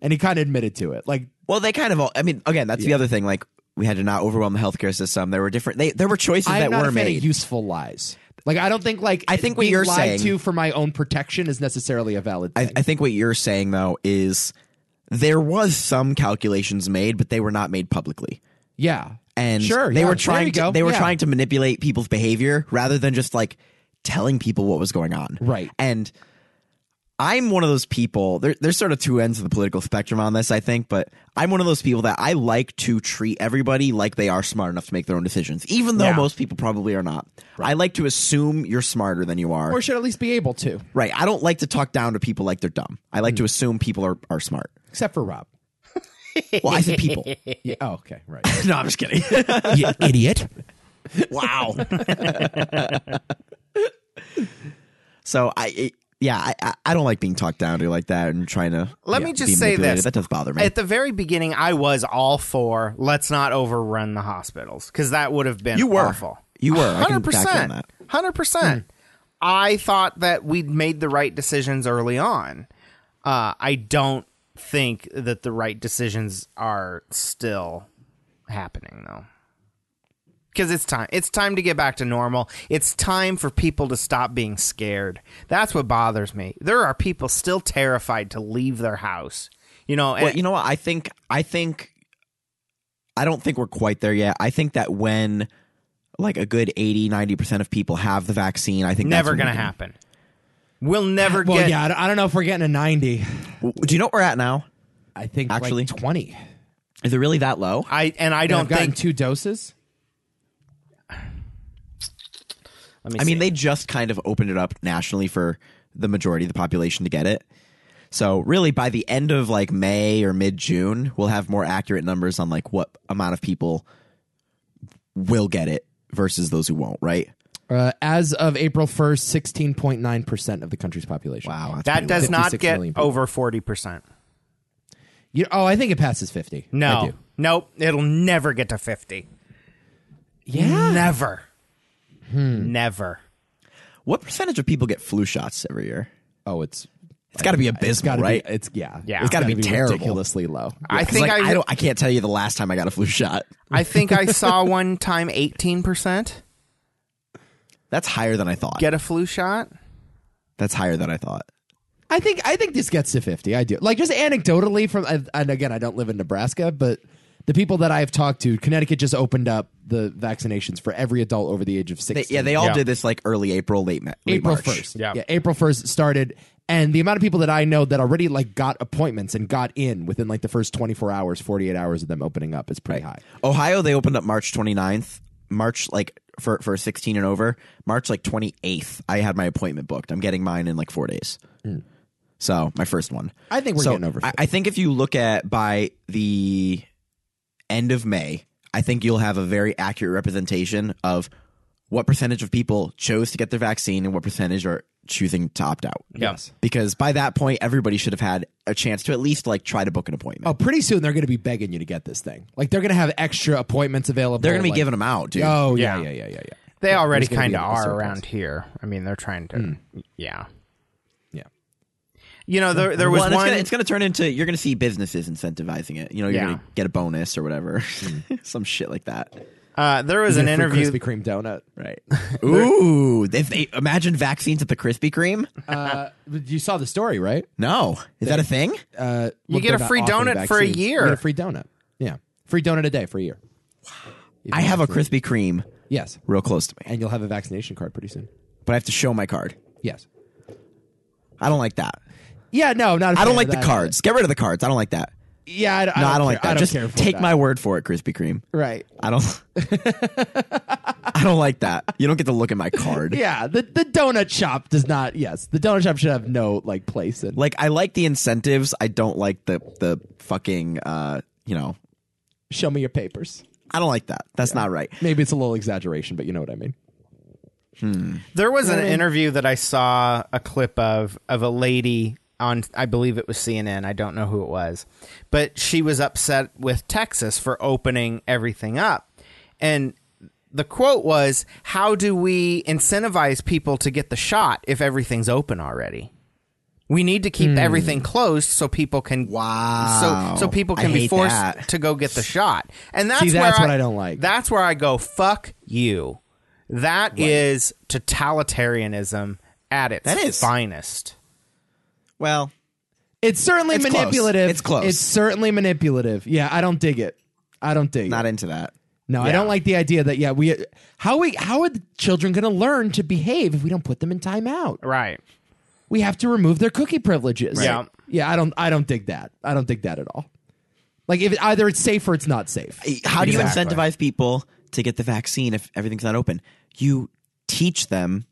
and he kind of admitted to it. Like
Well, they kind of all. I mean, again, that's the other thing. Like, we had to not overwhelm the healthcare system. There were different. They, there were choices
I'm
that
not
were
a fan
made.
of useful lies. Like I don't think like
I think what
being
you're
lied
saying-
to for my own protection is necessarily a valid
I,
thing.
I think what you're saying though is there was some calculations made, but they were not made publicly.
yeah,
And
sure
they
yeah,
were
there
trying
you go.
to they were
Yeah.
trying to manipulate people's behavior rather than just like telling people what was going on.
Right.
And I'm one of those people. There, there's sort of two ends of the political spectrum on this, I think, but I'm one of those people that I like to treat everybody like they are smart enough to make their own decisions, even though most people probably are not. I like to assume you're smarter than you are.
or should at least be able to,
right. I don't like to talk down to people like they're dumb. I
Hmm.
like to assume people are, are smart.
except for Rob.
Well, I said people.
Yeah. Oh, okay, right.
no, I'm just kidding.
you idiot.
wow. so I, it- yeah, I- I, I don't like being talked down to like that and trying to.
Let
yeah,
me
be
just say
manipulated.
this.
That does bother me.
At the very beginning, I was all for let's not overrun the hospitals because that would have been
You were.
awful.
You were. I can
hundred
back you on
percent,
that.
hundred percent. I thought that we'd made the right decisions early on. Uh, I don't think that the right decisions are still happening though. Because it's time. It's time to get back to normal. It's time for people to stop being scared. That's what bothers me. There are people still terrified to leave their house. You know, and,
Well, you know what? I think I think I don't think we're quite there yet. I think that when like a good 80 90% of people have the vaccine, I think that's
never
when we
going to
can-
happen. We'll never
Well,
get.
yeah, I don't- I don't know if we're getting a 90.
W- Do you know what we're at now?
I think
Actually-
like 20.
Is it really that low?
I and I
I've
don't
gotten
think.
two doses.
let me
I mean,
see.
they just kind of opened it up nationally for the majority of the population to get it. So really, by the end of like May or mid June, we'll have more accurate numbers on like what amount of people will get it versus those who won't. Right?
Uh, as of April 1st, 16.9% of the country's population.
Wow, that's
that
pretty
does not
56
get
million people.
over forty percent.
You, oh, I think it passes 50. I
No,
do.
nope, it'll never get to fifty.
Yeah. Hmm.
Never, never.
low. What percentage of people get flu shots every year?
Oh, it's
It's got to be
it's got
abysmal,
to
right?
be it's yeah.
Yeah.
it's got to be, terrible.
ridiculously low.
I
'Cause,
think
like,
I,
I don't. I can't tell you the last time I got a flu shot.
I think I saw one time eighteen percent
That's higher than I thought.
get a flu shot.
That's higher than I thought.
I think I think this gets to 50. I do. Like just anecdotally from and- and again, I don't live in Nebraska, but the people that I've talked to, Connecticut just opened up the vaccinations for every adult over the age of 16.
They, yeah, they all
Yeah.
did this like early April, late, Ma- late
April
March.
1st.
Yeah.
April 1st started and the amount of people that I know that already like got appointments and got in within like the first 24 hours, 48 hours of them opening up is pretty high.
Ohio, they opened up March 29th. March like for for 16 and over. March like 28th, I had my appointment booked. I'm getting mine in like four days. So my first one.
Hmm. I think we're
so
getting over
I, I think if you look at by the end of May, I think you'll have a very accurate representation of what percentage of people chose to get their vaccine and what percentage are choosing to opt out.
Yes.
Because by that point, everybody should have had a chance to at least like try to book an appointment.
Oh, pretty soon they're going to be begging you to get this thing. Like they're going to have extra appointments available.
They're going to be
like-
giving them out, dude.
Oh, yeah, yeah,
Yeah.
yeah, yeah, yeah. yeah.
They already
there's gonna
kind
be
of
a
are
surplus. Hmm.
around here. I mean, they're trying to. Yeah,
Yeah.
you know there there was
Well, and
one.
It's gonna, it's gonna turn into you're gonna see businesses incentivizing it. You know, you're
Yeah.
gonna get a bonus or whatever,
Hmm.
some shit like that.
uh, there was an
Free
interview.
Krispy Kreme donut.
Right? Ooh, if they imagine vaccines at the Krispy Kreme.
Uh, you saw the story, right?
No, is that a thing?
Uh,
You
look,
get a
they're not
free
offering
donut for a
vaccines.
year.
You get a free donut. Yeah, free donut a day for a year.
I have a Krispy Kreme
Yes,
real close to me,
and you'll have a vaccination card pretty soon.
but I have to show my card.
Yes.
I don't like that.
Yeah, no, not. a
I
fan
don't
of
like the
that.
cards. Get rid of the cards. I don't like that.
Yeah, I, don't- I
No,
don't,
I don't
care.
like that.
I don't
Just
care for
take
that.
my word for it, Krispy Kreme.
right.
I don't. I don't like that. You don't get to look at my card.
Yeah, the the donut shop does not. Yes, the donut shop should have no like place in.
Like I like the incentives. I don't like the the fucking. Uh, you know,
Show me your papers.
I don't like that. That's not right.
Maybe it's a little exaggeration, but you know what I mean.
There was an interview that I saw a clip of of a lady on I believe it was CNN, I don't know who it was. But she was upset with Texas for opening everything up. And the quote was, "How do we incentivize people to get the shot if everything's open already?" We need to keep everything closed so people can
Wow.
so so people
I
can be
hate
forced
that.
to go get the shot. And that's,
See, that's
where
what I don't like.
That's where I go fuck you. That is totalitarianism at its
That is.
finest.
Well,
It's certainly
It's close.
manipulative.
It's close.
It's certainly manipulative. Yeah, I don't dig it. I don't dig
not
it.
into that.
No, I don't like the idea that yeah, we how we how are the children going to learn to behave if we don't put them in timeout?
Right.
We have to remove their cookie privileges.
Yeah.
Yeah, I don't I don't dig that. I don't dig that at all. Like if either it's safe or it's not safe.
How do you
Exactly.
incentivize people to get the vaccine if everything's not open? You teach them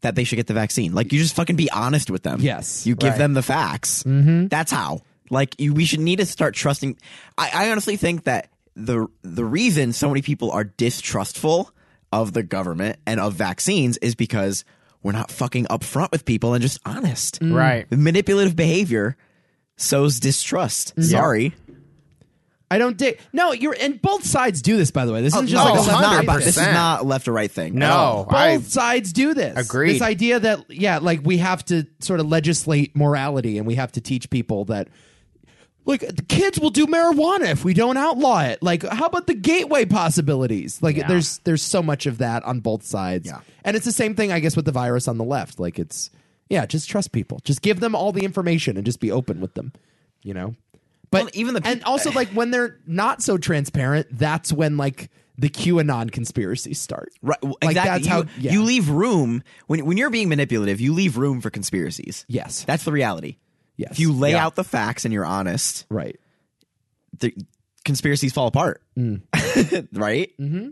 that they should get the vaccine. Like you just fucking be honest with them.
Yes.
You give them the facts. Mm-hmm. That's how. Like you, we should need to start trusting. I, I honestly think that the the reason so many people are distrustful of the government and of vaccines is because we're not fucking upfront with people and just honest.
Right.
Manipulative behavior sows distrust. Sorry.
I don't dig. No, you're and both sides do this by the way. This isn't just
no,
like
this, is
a
not,
left-right
about- this
thing.
is not left or right thing. at all.
No.
both
I
sides do this.
Agreed.
This idea that yeah, like we have to sort of legislate morality and we have to teach people that like the kids will do marijuana if we don't outlaw it. Like how about the gateway possibilities? Like there's there's so much of that on both sides.
Yeah.
And it's the same thing I guess with the virus on the left. Like it's yeah, just trust people. Just give them all the information and just be open with them, you know? But
Well, even the peop-
and also like when they're not so transparent, that's when like the QAnon conspiracies start.
Right, well,
Like,
exactly.
that's
you,
how- yeah.
you leave room when when you're being manipulative. You leave room for conspiracies.
Yes.
that's the reality.
Yes.
If you lay
Yeah.
out the facts and you're honest,
Right.
the conspiracies fall apart.
Mm.
right?
Mm-hmm.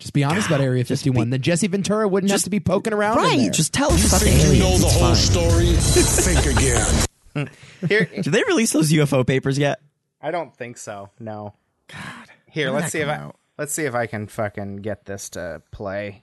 Just be honest about Area 51. then Jesse Ventura wouldn't have to be poking around. in there.
Right. Just tell us about the aliens. It's fine.
story? Think again.
Here,
Did they release those UFO papers yet?
I don't think so. No. God. Here, let's see if I let's see if I can fucking get this to play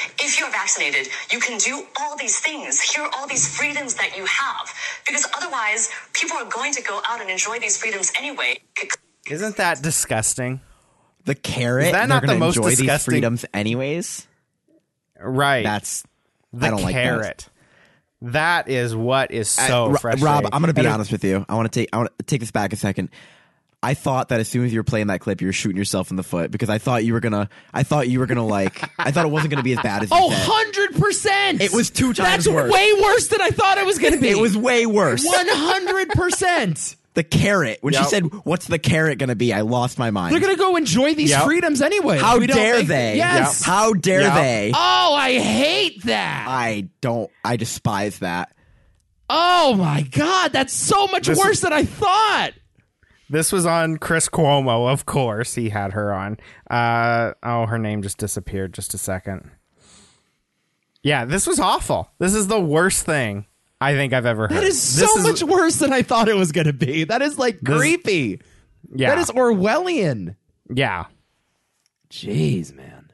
if you're vaccinated, you can do all these things. Here are all these freedoms that you have. Because otherwise, people are going to go out and enjoy these freedoms anyway.
Isn't that disgusting?
The carrot.
Is that
and
not
they're gonna
the most
enjoy these
disgusting-
freedoms anyways?
Right.
That's
the
I don't like that.
carrot. that is what is so
Oh,
Ro-
frustrating.
Rob, I'm going to be
And it-
honest with you. I want to take I want to take this back a second. I thought that as soon as you were playing that clip, you were shooting yourself in the foot because I thought you were gonna. I thought you were gonna like. I thought it wasn't gonna be as bad as. You
Oh,
said.
100%.
It was two times
That's
worse.
way worse than I thought it was going to be.
it was way worse.
100%.
The carrot. When she
Yep.
said, "What's the carrot gonna be?" I lost my mind.
They're going to go enjoy these
Yep.
freedoms anyway.
How
We don't
dare
make-
they?
Yes.
How dare
Yep.
they?
Oh, I hate that.
I don't. I despise that.
oh, my God. That's so much
This-
worse than I thought.
This was on Chris Cuomo, of course. He had her on. Uh, oh, her name just disappeared. Just a second. Yeah, this was awful. This is the worst thing I think I've ever heard.
That is so
This
much worse than I thought it was going to be. That is like creepy.
Yeah,
That is Orwellian.
yeah.
Jeez, man.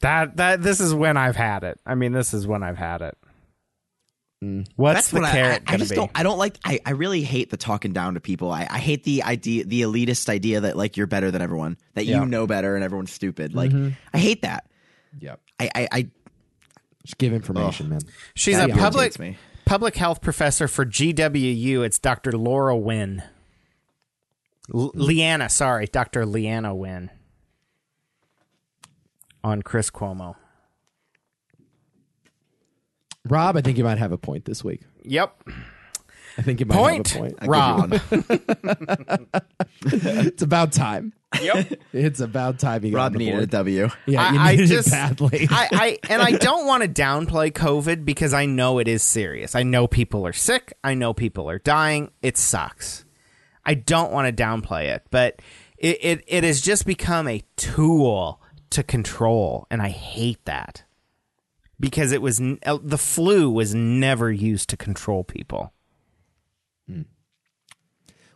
That that this is when I've had it. I mean, this is when I've had it. What's
That's
the
what I-
carrot
I, I,
gonna
just
be?
don't. I don't like. I, I really hate the talking down to people. I, I hate the idea, the elitist idea that like you're better than everyone, that
Yeah. Mm-hmm.
you know better, and everyone's stupid. Like I hate that.
Yep.
I I, I
Just give information, man.
She's
that
a
irritates
public
me.
public health professor for GWU. It's Dr. Laura Wynn. L-
Hmm.
Leanna, sorry, Dr. Leanna Wynn on Chris Cuomo.
Rob, I think you might have a point this week.
Yep.
I think you might
Point,
have a point.
Rob.
It's about time.
Yep.
It's about time you got on
Rob
the
needed a
board.
W.
Yeah, you
I- I
needed
just-
it badly.
I, I and I don't want to downplay COVID because I know it is serious. I know people are sick. I know people are dying. It sucks. I don't want to downplay it, but it, it, it has just become a tool to control, and I hate that because it was n- uh, the flu was never used to control people.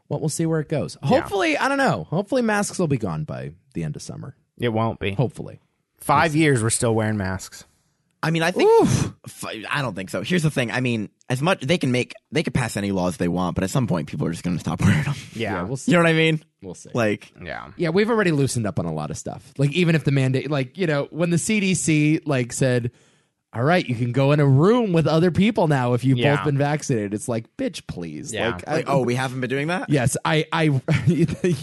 well, we'll see where it goes. Hopefully, I don't know. Hopefully, masks will be gone by the end of summer.
It won't be
Hopefully.
five years. We're still wearing masks.
I mean, I think F- I don't think so. Here's the thing. I mean, as much they can make, they can pass any laws they want, but at some point, people are just going to stop wearing them.
Yeah.
we'll
You
see.
know what I mean?
We'll see.
Like,
Yeah.
Yeah, we've already loosened up on a lot of stuff. Like even if the mandate, like you know, when the CDC like said, "All right, you can go in a room with other people now if you've
Yeah.
both been vaccinated," it's like, "Bitch, please."
Yeah.
Like,
like,
I,
oh, we haven't been doing that.
yes, I, I,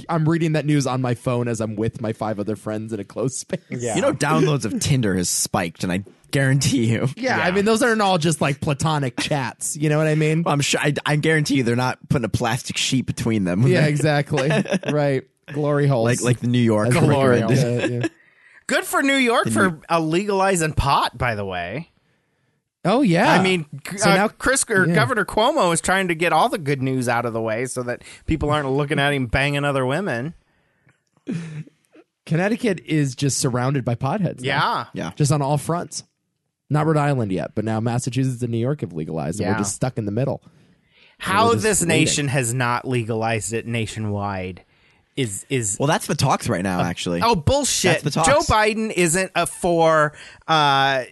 I'm reading that news on my phone as I'm with my five other friends in a closed space. Yeah.
You know, downloads of Tinder has spiked, and I guarantee you.
Yeah, I mean, those aren't all just like platonic chats. You know what I mean?
Well, I'm sure. I, I guarantee you, they're not putting a plastic sheet between them.
Yeah, exactly. right. Glory holes.
like like the New York.
glory hole.
recommended.
Yeah, yeah.
Good for New York for uh, legalizing pot, by the way.
Oh yeah.
I mean,
So
uh,
now-
Chris or
yeah.
Governor Cuomo is trying to get all the good news out of the way so that people aren't looking at him banging other women.
Connecticut is just surrounded by potheads. now.
Yeah.
Yeah.
just on all fronts. Not Rhode Island yet, but now Massachusetts and New York have legalized, and
Yeah.
we're just stuck in the middle.
How
We're just
this
waiting.
nation has not legalized it nationwide is is
Well, that's the talks right now. Actually,
oh bullshit.
That's the talks.
Joe Biden isn't a for uh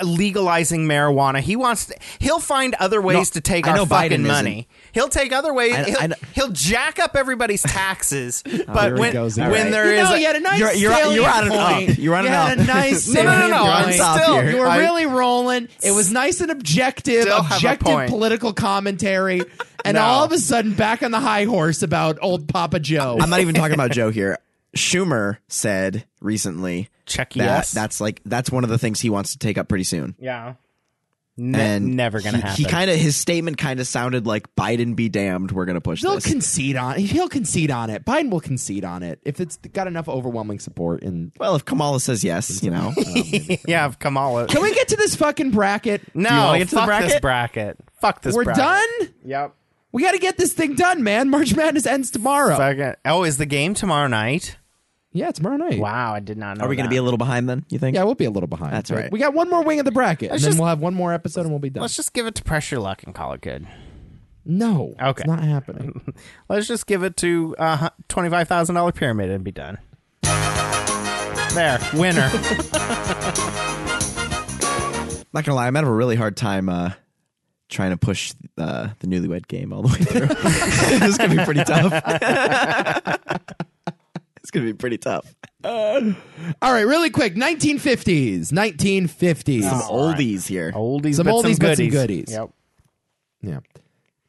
legalizing marijuana. He wants to, he'll find other ways to take
I
our
know
fucking
Biden
money. He'll take other ways.
I-
he'll,
I know- Oh,
he'll jack up everybody's taxes,
here
but
it
when
goes
when
again. All right.
there is a-
nice
You're- you're- salient you're on an point. up. You're on You an had up. a nice
No, no, no, no, salient I'm point. still-
you were
I-
really rolling. It was nice and objective,
Still have a
objective
point.
political commentary, and
No.
all of a sudden, back on the high horse about old Papa Joe.
I'm not even talking about Joe here. Schumer said recently
Check
that
yes.
that's like that's one of the things he wants to take up pretty soon.
Yeah. Ne-
and
never gonna
he,
happen.
He kind of his statement kind of sounded like Biden be damned. We're gonna push
They'll
this.
concede on. He'll concede on it. Biden will concede on it if it's got enough overwhelming support in
well, if Kamala says yes, you know.
yeah, of Kamala.
Can we get to this fucking bracket?
no,
get to the
fuck this
bracket?
bracket. Fuck this.
We're
bracket.
done?
Yep.
We got to get this thing done, man. March Madness ends tomorrow.
Fucking- Oh, is the game tomorrow night?
Yeah, tomorrow night.
Wow, I did not know.
Are we gonna
that.
be a little behind then? You think?
Yeah, we'll be a little behind.
That's
But
right.
We got one more wing of the bracket, and then
just-
we'll have one more episode, and we'll be done.
Let's just give it to pressure luck and call it good.
no,
Okay.
it's not happening.
Let's just give it to uh, twenty five thousand dollar pyramid and be done. There, winner.
I'm not gonna lie, I'm having a really hard time uh, trying to push uh, the newlywed game all the way through. this is gonna be pretty tough. it's gonna be pretty tough.
All right, really quick. 1950s, 1950s.
Some oldies here.
oldies,
Some
but some
oldies, but some
goodies.
goodies.
Yep.
Yeah.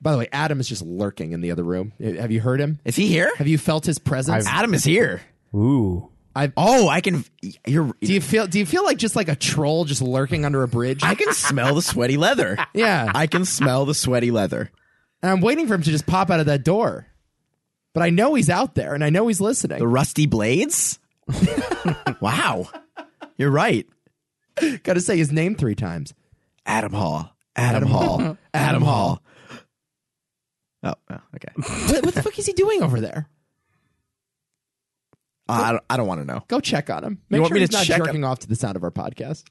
By the way, Adam is just lurking in the other room. Uh, Have you heard him?
Is he here?
Have you felt his presence?
Adam is here.
Ooh.
I've,
Oh, I can. You're.
do you feel? Do you feel like just like a troll just lurking under a bridge?
I can smell the sweaty leather.
yeah.
I can smell the sweaty leather.
and I'm waiting for him to just pop out of that door. But I know he's out there, and I know he's
The
listening.
rusty blades. wow, you're right.
Got to say his name three times.
Adam Hall. Adam, Hall. Adam Hall. Oh, oh, okay.
what, what the fuck is he doing over there?
Uh, I don't, I don't want to know.
Go check on him. Make
want
sure
me to
he's not
check
jerking off to the sound of our podcast.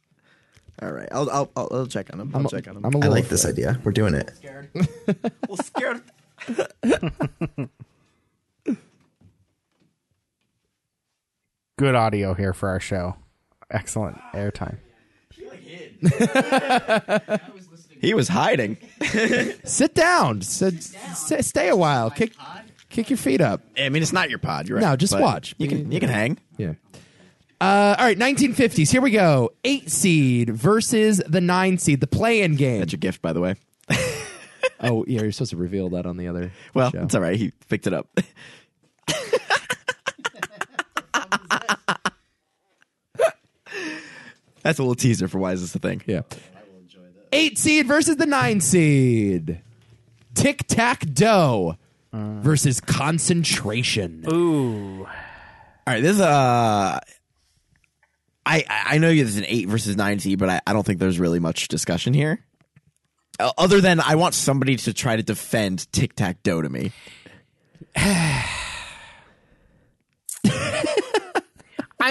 All right, I'll I'll, I'll, I'll check on him. I'll
a-
check on him.
I'm a
I
little
like this idea. We're doing it.
little scared.
Good audio here for our show. Excellent airtime.
He was hiding.
Sit down. Sit, stay, stay a while. Kick, kick your feet up.
I mean, it's not your pod. You're right.
No, just
But
watch.
You can you can hang.
Yeah. Uh, all right, 1950s. Here we go. Eight seed versus the nine seed. The play-in game.
That's your gift, by the way.
Oh, yeah, you're supposed to reveal that on the other.
Well,
show.
it's all right. He picked it up. That's a little teaser for why is this the thing?
yeah. Eight seed versus the nine seed. Tic Tac Doe versus concentration.
All right, this is uh, I I know there's an eight versus nine seed, but I, I don't think there's really much discussion here. Uh, other than I want somebody to try to defend tic tac toe to me.
I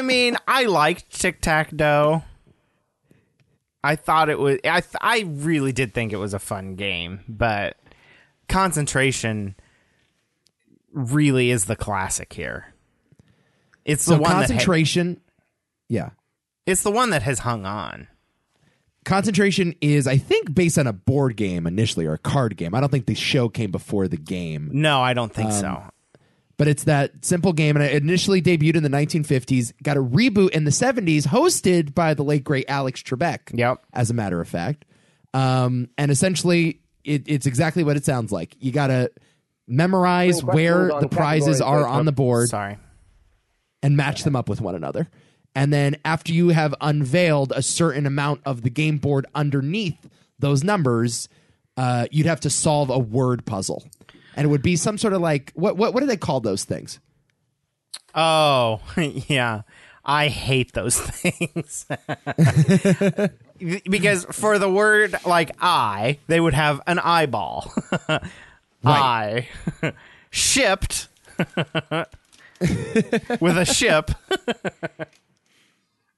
mean, I liked Tic Tac Doe. I thought it was. I th- I really did think it was a fun game, but concentration really is the classic here. It's the
So
one that
concentration. yeah.
ha- it's the one that has hung on.
Concentration is, I think, based on a board game initially or a card game. I don't think the show came before the game.
No, I don't
Um,
think so.
but it's that simple game and it initially debuted in the 1950s got a reboot in the 70s hosted by the late great alex trebek
Yep.
as a matter of fact um, and essentially it, it's exactly what it sounds like you gotta memorize where the prizes are on the board
Sorry.
and match them up with one another. And then after you have unveiled a certain amount of the game board underneath those numbers, uh, you'd have to solve a word puzzle. And it would be some sort of like what what what do they call those things?
Oh, yeah. I hate those things. because for the word like I, they would have an eyeball. I shipped with a ship.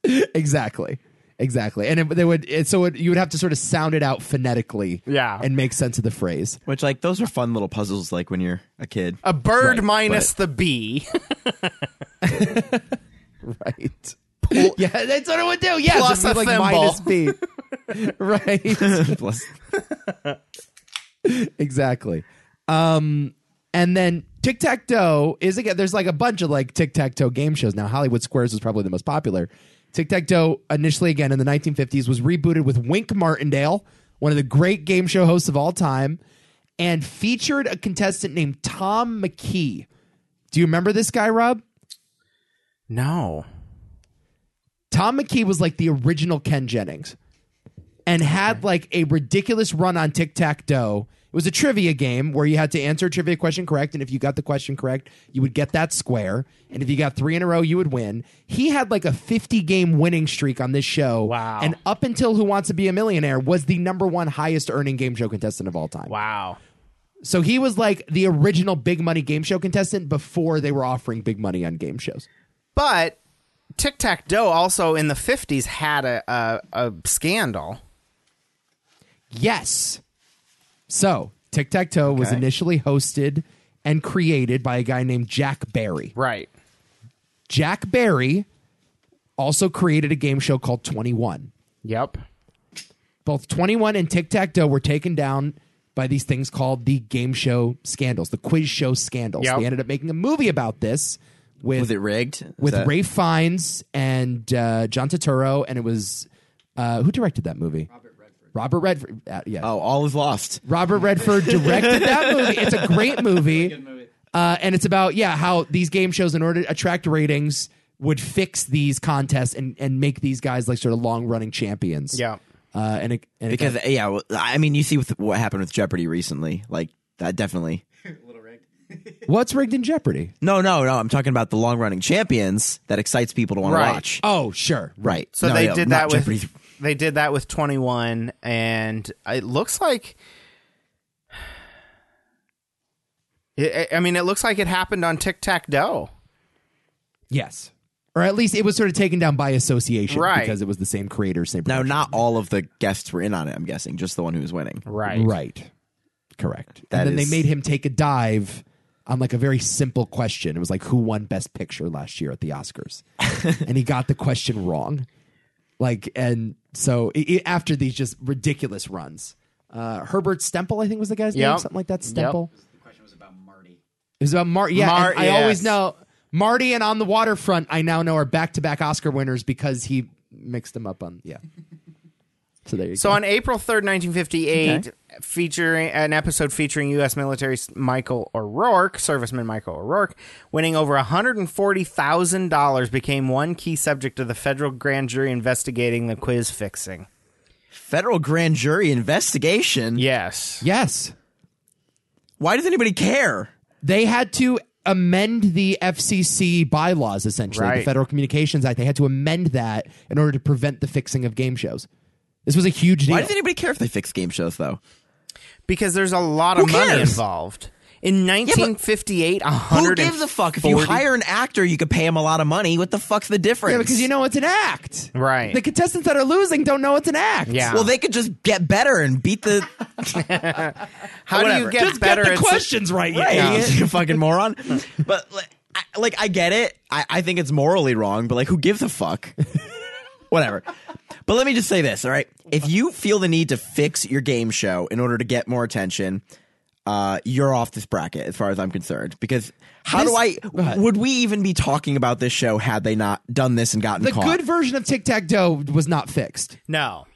Exactly. Exactly. And it, they would it, so it, you would have to sort of sound it out phonetically
Yeah.
and make sense of the phrase.
Which like those are fun little puzzles like when you're a kid.
A bird
Right,
minus the bee
Right. yeah, that's what it would do. Yeah,
Plus
just be
a
like
thimble.
minus B. right.
Plus-
exactly. Um, and then tic tac toe is again. There's like a bunch of like tic tac toe game shows now. Hollywood Squares was probably the most popular. Tic tac toe initially again in the 1950s was rebooted with Wink Martindale, one of the great game show hosts of all time, and featured a contestant named Tom McKee. Do you remember this guy, Rob?
No.
Tom McKee was like the original Ken Jennings and had like a ridiculous run on tic tac toe. It was a trivia game where you had to answer a trivia question correct. And if you got the question correct, you would get that square. And if you got three in a row, you would win. He had like a 50 game winning streak on this show.
Wow.
And up until Who Wants to Be a Millionaire was the number one highest earning game show contestant of all time.
Wow.
So he was like the original big money game show contestant before they were offering big money on game shows.
But Tic Tac Doe also in the 50s had a, a, a scandal.
Yes. So, Tic Tac Toe was initially hosted and created by a guy named Jack Barry.
Right.
Jack Barry also created a game show called 21.
Yep.
Both 21 and Tic Tac Toe were taken down by these things called the game show scandals, the quiz show scandals.
Yep.
They ended up making a movie about this with
was it rigged? Is
with
that-
Ray Fiennes and uh, John Turturro, and it was uh, who directed that movie? Robert Redford. Robert Redford. Uh, yeah,
Oh, all is lost.
Robert Redford directed that movie. It's a great movie. Uh, and it's about, yeah, how these game shows, in order to attract ratings, would fix these contests and, and make these guys like sort of long running champions.
Yeah.
Uh, and it, and it
Because
got-
yeah, well, I mean you see with what happened with Jeopardy recently. Like that definitely
what's rigged in Jeopardy?
No, no, no. I'm talking about the long running champions that excites people to want
Right.
to watch.
Oh, sure.
Right.
So
No,
they
no,
did
not
that with
Jeopardy.
they did that with 21 and it looks like I I- I mean it looks like it happened on Tic Tac Doe.
Yes. Or at least it was sort of taken down by association
Right.
because it was the same creator, same
Now,
production.
not all of the guests were in on it. I'm guessing just the one who was winning.
Right.
Right. Correct.
That
and then
is-
they made him take a dive on like a very simple question. It was like who won best picture last year at the Oscars? and he got the question wrong. Like and so i i after these just ridiculous runs. Uh, Herbert Stemple, I think was the guy's name,
Yep.
something like that.
Yep.
Stemple. It was about Marty. Yeah,
Mar-
and I always
yes.
know Marty and On the Waterfront. I now know are back to back Oscar winners because he mixed them up on. Yeah, So there you
So
go.
on April 3rd, 1958,
Okay.
featuring an episode featuring U.S. military s- Michael O'Rourke, serviceman Michael O'Rourke, winning over $140,000 became one key subject of the federal grand jury investigating the quiz fixing.
Federal grand jury investigation.
Yes.
yes,
Why does anybody care?
they had to amend the FCC bylaws essentially, the
Right.
Federal Communications Act. They had to amend that in order to prevent the fixing of game shows. This was a huge deal.
Why does anybody care if they fix game shows though?
Because there's a lot of
Who
money
cares?
involved. In 1958, a
Who
hundred and
gives a fuck? If you
forty-
hire an actor, you could pay him a lot of money. What the fuck's the difference?
yeah, because you know it's an act,
Right.
The contestants that are losing don't know it's an act.
Yeah.
Well, they could just get better and beat the
How do you
whatever.
get better at s-
right.
Right,
Yeah.
idiot, you fucking moron. But like I, like, I get it. I, I think it's morally wrong, but like, who gives a fuck? Whatever. But let me just say this, all right? If you feel the need to fix your game show in order to get more attention, uh, you're off this bracket as far as I'm concerned. Because how
This-
do I?
ahead.
Would we even be talking about this show had they not done this and gotten
The
caught?
good version of tic tac toe was not fixed.
No.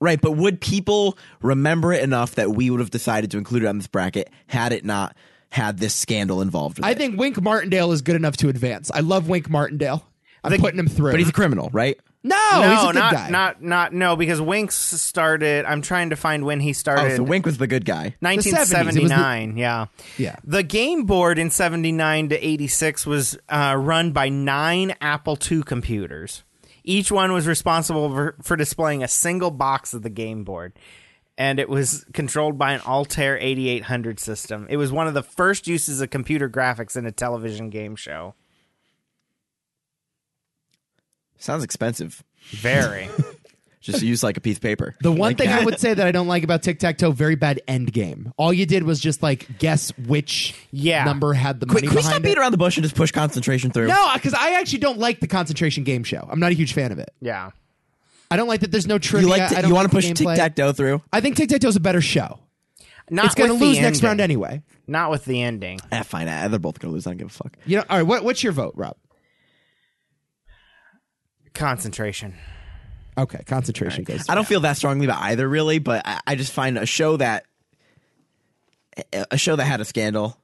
Right, but would people remember it enough that we would have decided to include it on this bracket had it not had this scandal involved? With
I
it?
think Wink Martindale is good enough to advance. I love Wink Martindale. I'm putting him through.
but he's a criminal, right?
no,
no,
he's a good
not
guy.
not not no. Because Winks started. I'm trying to find when he
Oh,
started.
so Wink was the good guy.
1979 yeah
Yeah.
the game board in 79 to 86 was uh, run by nine apple ii computers each one was responsible for, for displaying a single box of the game board and it was controlled by an altair 8800 system it was one of the first uses of computer graphics in a television game show
Sounds expensive.
very
Just use like a piece of paper.
the one thing I would say that I don't like about tic tac toe, very bad end game. All you did was just like guess which
Yeah.
number had the
Quick,
money
can we stop
behind
beating
it.
around the bush and just push concentration through?
No, because I actually don't like the concentration game show. I'm not a huge fan of it.
yeah
I don't like that there's no
you
trivia.
like to,
I don't like
you want
the
to push tic
gameplay.
tac toe through?
I think tic tac toe's a better show.
not
it's going to
with the
lose next
ending.
round anyway.
not with the ending
Eh, fine. eh, They're both gonna lose. I don't give a fuck.
You know, all right. What, what's your vote, Rob?
concentration
Okay, concentration goes.
I don't feel that strongly about either, really. But I, I just find a show that a a show that had a scandal.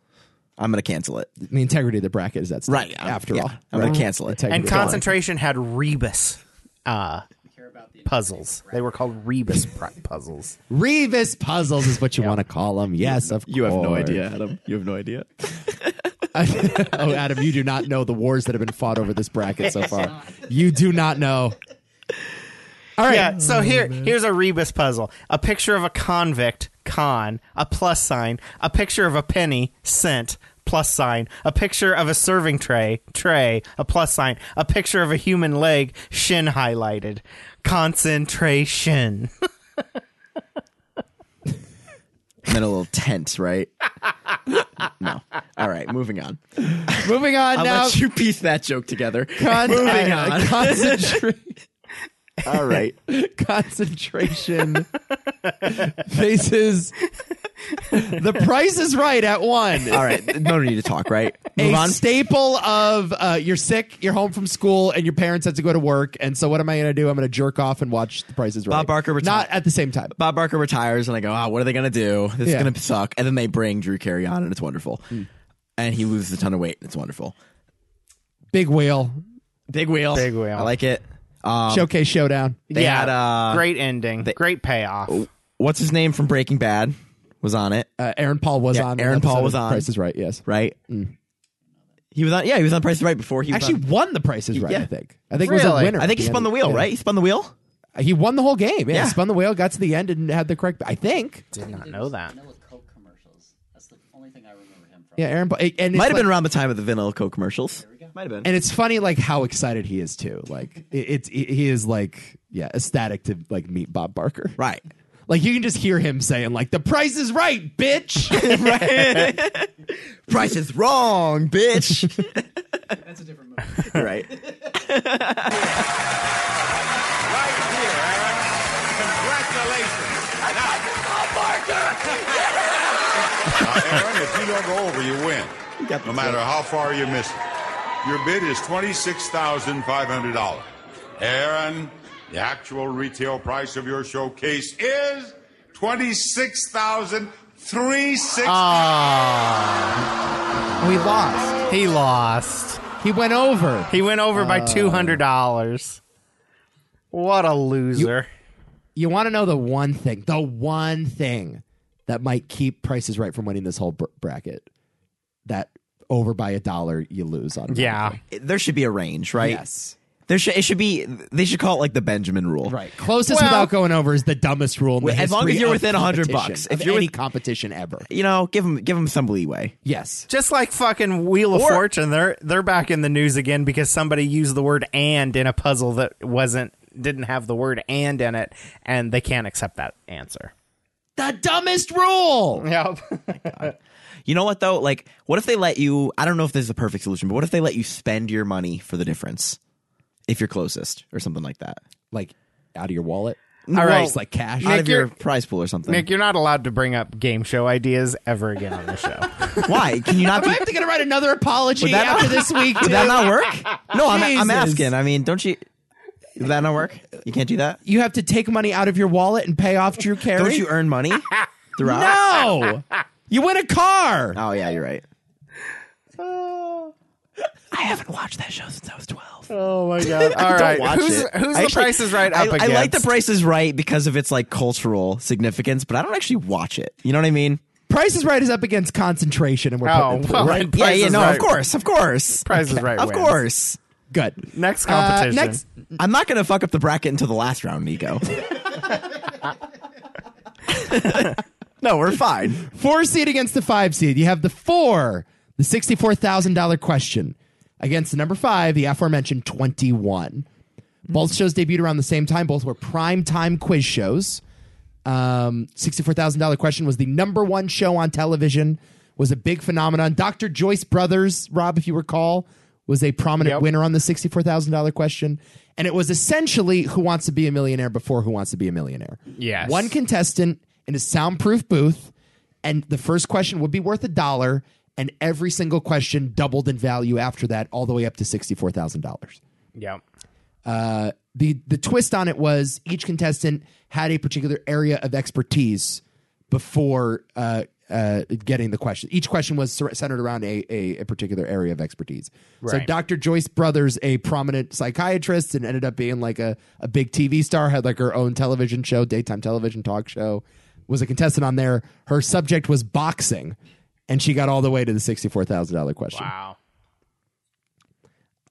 I'm gonna cancel it.
the integrity of the bracket is that's
Right, I'm-
After
yeah,
all,
I'm gonna
Right.
cancel it.
Integrity
and
of the bracket.
concentration had rebus uh, puzzles they were called rebus pr- puzzles
Revis puzzles is what you want to call them. Yes, of
You have no
course.
idea, Adam. You have no idea.
oh, Adam, you do not know the wars that have been fought over this bracket so far. You do not know. All right.
yeah so here here's a rebus puzzle a picture of a convict con a plus sign a picture of a penny cent plus sign a picture of a serving tray tray a plus sign a picture of a human leg shin highlighted concentration
I'm in a little tent, right? no. All right, moving on.
Moving on
I'll
now.
let you piece that joke together.
Con-
moving
uh,
on.
concentra-
All right.
concentration faces. The price is right at one.
All right. No need to talk, right?
a
Move on.
staple of uh, you're sick, you're home from school, and your parents have to go to work. And so, what am I going to do? I'm going to jerk off and watch The Price is Right.
Bob Barker reti-
not at the same time.
Bob Barker retires, and I go, ah, what are they going to do? This
Yeah. Hmm.
is going to suck. And then they bring Drew Carey on, and it's wonderful. And he loses a ton of weight, and it's wonderful.
Big wheel
Big wheel.
Big wheel.
I like it. Um,
showcase showdown.
they
yeah
had, uh,
great ending great payoff
what's his name from Breaking Bad was on it,
Uh, Aaron Paul was
Yeah,
on. an
Aaron Paul
episode
was
of
on.
Price is Right. Yes,
right? He was on, yeah, he was on Price is Right before he was
actually
on-
won The Price is Right.
Yeah.
I think. I think it was a
Really?
winner.
I think
at
he spun
end.
the wheel,
Yeah.
right? He spun the wheel?
He won the whole game. Yeah,
Yeah.
He spun the wheel, got to the end, and had the correct. I think.
did not know that
Vanilla Coke commercials. That's the only thing I remember him from.
Yeah, Aaron Paul. And it's
Might have
like-
been around the time of the Vanilla Coke commercials. Might have been.
and it's funny like how excited he is too like it- it's it, he is like yeah ecstatic to like meet bob barker
right.
like you can just hear him saying like the price is right bitch
Price is wrong, bitch. That's a different movie. right.
Aaron, if you don't go over, you win. No matter how far you miss it. Your bid is $26,500. Aaron The actual retail price of your showcase is twenty-six thousand three six.
We lost.
Ah, He lost.
He went over.
He went over by two hundred dollars. Uh. What a loser!
You want to know the one thing, the one thing that might keep prices right from winning this whole br- bracket? That over by a dollar you lose on.
yeah,
There should be a range, right?
Yes.
There should it should be they should call it like the Benjamin rule.
Right. Closest
Well-
without going over is the dumbest rule. In the
Wait, as long
history
as you're
of
within 100
competition,
bucks.
Of
If you're
any
with-
competition ever.
You know, give them give them some leeway.
Yes.
just like fucking Wheel of
Or-
Fortune. They're they're back in the news again because somebody used the word "and" in a puzzle that wasn't didn't have the word "and" in it, and they can't accept that answer.
The dumbest rule.
Yep.
You know what though? Like, what if they let you? I don't know if this is the perfect solution, but what if they let you spend your money for the difference if you're closest or something like that?
Like out of your wallet.
All
right.
it's like cash out
Nick,
of your
you're-
prize pool or something.
Nick, you're not allowed to bring up game show ideas ever again on the show.
Why can you not?
Am I
Be,
have to gonna write another apology
that-
after this week?
would that not work? No, I'm, I'm
Jesus.
asking. I mean, don't you? Would that not work? You can't do that.
You have to take money out of your wallet and pay off Drew Carey.
Don't you earn money throughout?
no. You win a car.
Oh yeah, you're right. I haven't watched that show since I was twelve.
oh my god! All right,
Don't watch
who's,
it.
who's
I
the
actually-
Price is Right
I,
up
I
against?
like the Price is Right because of its like cultural significance, but I don't actually watch it. You know what I mean?
Price is Right is up agace concentration, and we're
Oh,
putting it through.
well,
right.
then Price
yeah, yeah,
is
no,
right.
of course, of course,
Price is Right
of
wins.
course.
Good.
Next
Uh,
competition.
next,
I'm not gonna fuck up the bracket until the last round, Nico. no, we're fine.
four seed against the five seed. You have the four, the sixty-four thousand dollar question against the number five, the aforementioned twenty-one. Both shows debuted around the same time. Both were prime time quiz shows. Um, sixty-four thousand dollar question was the number one show on television. Was a big phenomenon. Dr. Joyce Brothers, Rob, if you recall, was a prominent
Yep.
winner on the sixty-four thousand dollar question, and it was essentially Who Wants to Be a Millionaire before Who Wants to Be a Millionaire.
Yes.
One contestant in a soundproof booth, and the first question would be worth a dollar, and every single question doubled in value after that, all the way up to sixty-four thousand dollars.
Yep.
the The twist on it was each contestant had a particular area of expertise before uh, uh, getting the question. Each question was sur- centered around a, a, a particular area of expertise. So,
Right.
Dr. Joyce Brothers, a prominent psychiatrist, and ended up being like a, a big TV star, had like her own television show, daytime television talk show, was a contestant on there. Her subject was boxing, and she got all the way to the $64,000 question.
Wow.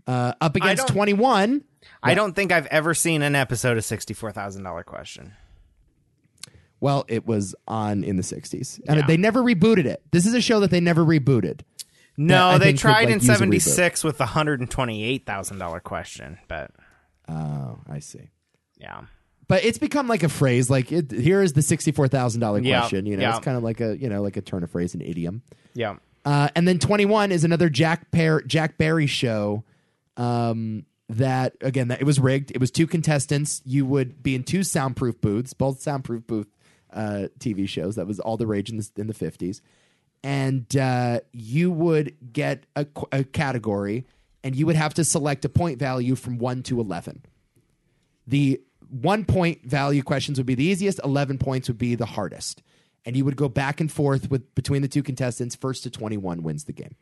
Uh, up against
don't-
21.
I don't think I've ever seen an episode of sixty-four thousand dollar question.
Well, it was on in the 60s. And
Yeah.
they never rebooted it. This is a show that they never rebooted.
No,
that I
they
think would,
tried
like,
in
use a reboot.
'76 with the hundred and twenty-eight thousand dollar question, but
Oh, I see.
yeah,
But it's become like a phrase. Like it, here is the sixty-four thousand dollar
Yeah,
question. You know,
yeah.
it's kind of like a you know like a turn of phrase, an idiom.
yeah,
Uh, and then twenty-one is another Jack Pear, Jack Barry show. Um, that again, that it was rigged. It was two contestants. You would be in two soundproof booths, both soundproof booth uh, TV shows. That was all the rage in the in the fifties. and uh, you would get a, qu- a category and you would have to select a point value from 1 to 11 the one point value questions would be the easiest 11 points would be the hardest and you would go back and forth with between the two contestants first to 21 wins the game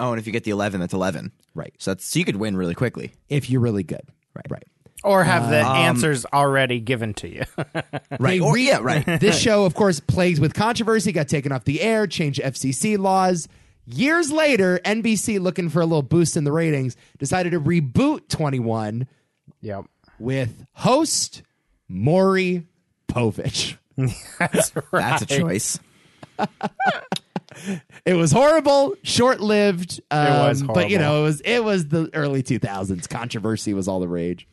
Oh, and if you get the eleven, that's eleven.
Right.
So that's so you could win really quickly.
if you're really good right right
or have the
um,
answers already given to you.
Right. Or, yeah. Right.
this show of course plagued with controversy got taken off the air changed fcc laws years later nbc looking for a little boost in the ratings decided to reboot 21
yep,
with host Maury Povich.
that's right.
That's a choice.
It was horrible, short lived. Um,
was
but you
horrible.
know, it was it was the early two thousands. Controversy was all the rage.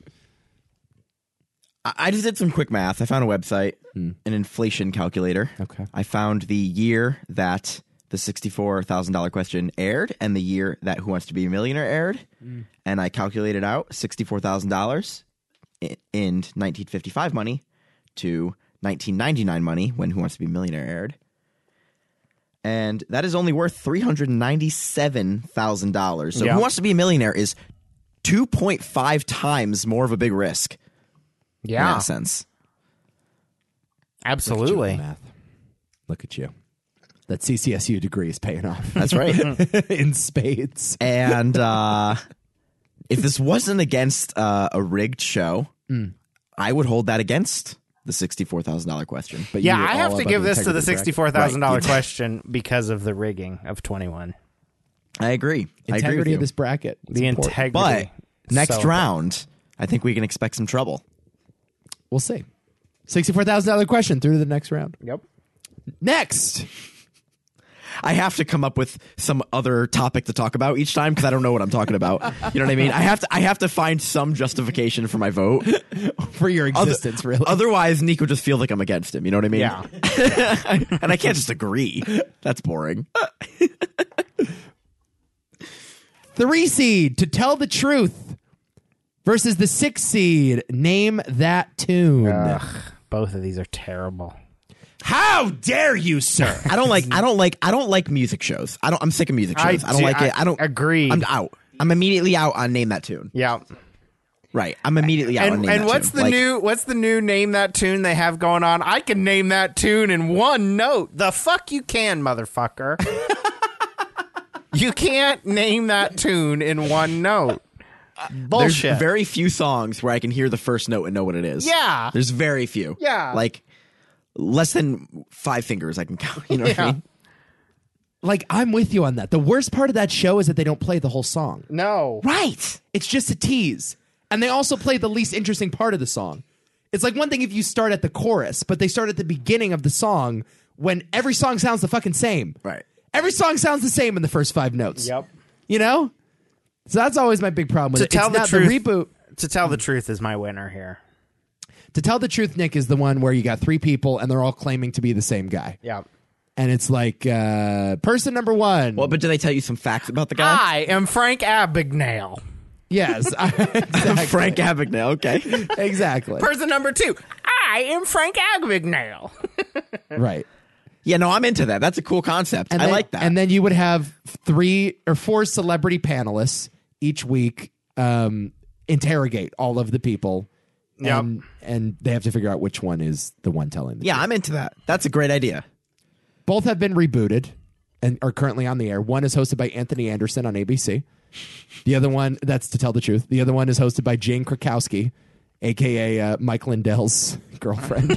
I- I just did some quick math. I found a website,
Hmm.
an inflation calculator.
Okay.
I found the year that the sixty-four thousand dollar question aired, and the year that Who Wants to Be a Millionaire aired,
Hmm.
and I calculated out sixty-four thousand dollars in nineteen fifty-five money to nineteen ninety-nine money when Who Wants to Be a Millionaire aired, and that is only worth three hundred ninety-seven thousand dollars. So
Yeah.
Who Wants to Be a Millionaire is two point five times more of a big risk in
Yeah,
that sense.
absolutely.
Math. Look at you. That CCSU degree is paying off
That's right.
in spades.
and uh, if this wasn't against uh, a rigged show, I would hold that against the sixty-four thousand dollar question. But
Yeah,
you were
I have
all
to
about
give this to the
integrity, correct?
sixty-four thousand thousand
Right,
dollar
you-
question because of the rigging of twenty-one.
I agree. I agree with
Integrity
you.
of this bracket. It's
The
important.
integrity.
But next
So-
round, I think we can expect some trouble.
We'll see. Sixty-four thousand dollar question through to the next round.
Yep.
Next,
I have to come up with some other topic to talk about each time because I don't know what I'm talking about. You know what I mean? I have to. I have to find some justification for my vote.
for your
Other-
existence, really.
Otherwise, Nico just feels like I'm against him. You know what I mean?
Yeah.
and I can't just agree. That's boring.
Three seed to tell the truth versus the six seed. Name that tune.
Both of these are terrible.
How dare you, sir?
I don't like. I don't like. I don't like music shows. I don't. I'm sick of music
I
shows. I, don't
do-
like it.
I
I don't
agree.
I'm out. I'm immediately out on name that tune.
Yeah.
Right. I'm immediately out on
And
name
and
that
what's
tune.
the
Like,
new what's the new name that tune they have going on? I can name that tune in one note. The fuck you can, motherfucker. you can't name that tune in one note.
There's
Bullshit.
very few songs where I can hear the first note and know what it is.
Yeah.
There's very few.
Yeah.
Like less than five fingers I can count. You know what I
Yeah.
mean?
like, I'm with you on that. The worst part of that show is that they don't play the whole song.
no.
Right. It's just a tease. And they also play the least interesting part of the song. It's like one thing if you start at the chorus, but they start at the beginning of the song when every song sounds the fucking same.
Right.
Every song sounds the same in the first five notes. You know? So that's always my big problem with
To
it.
tell
it's
the
not
truth-
the reboot.
To tell the truth is my winner here.
To tell the truth, Nick is the one where you got three people and they're all claiming to be the same guy.
Yeah.
And it's like uh person number one.
Well, but do they tell you some facts about the guy?
I am Frank Abagnale.
yes.
Ah.
exactly.
Frank Abagnale. Okay.
Exactly.
Person number two. I am Frank Abagnale.
right.
yeah. No, I'm into that. That's a cool concept.
And
I
then-
like that.
And then you would have three or four celebrity panelists each week um, interrogate all of the people.
Yep.
And, and they have to figure out which one is the one telling the
yeah, I'm into that. That's a great idea.
truth. Both have been rebooted and are currently on the air. One is hosted by Anthony Anderson on ABC. The other one, that's to tell the truth. The other one is hosted by Jane Krakowski, aka uh, Mike Lindell's girlfriend.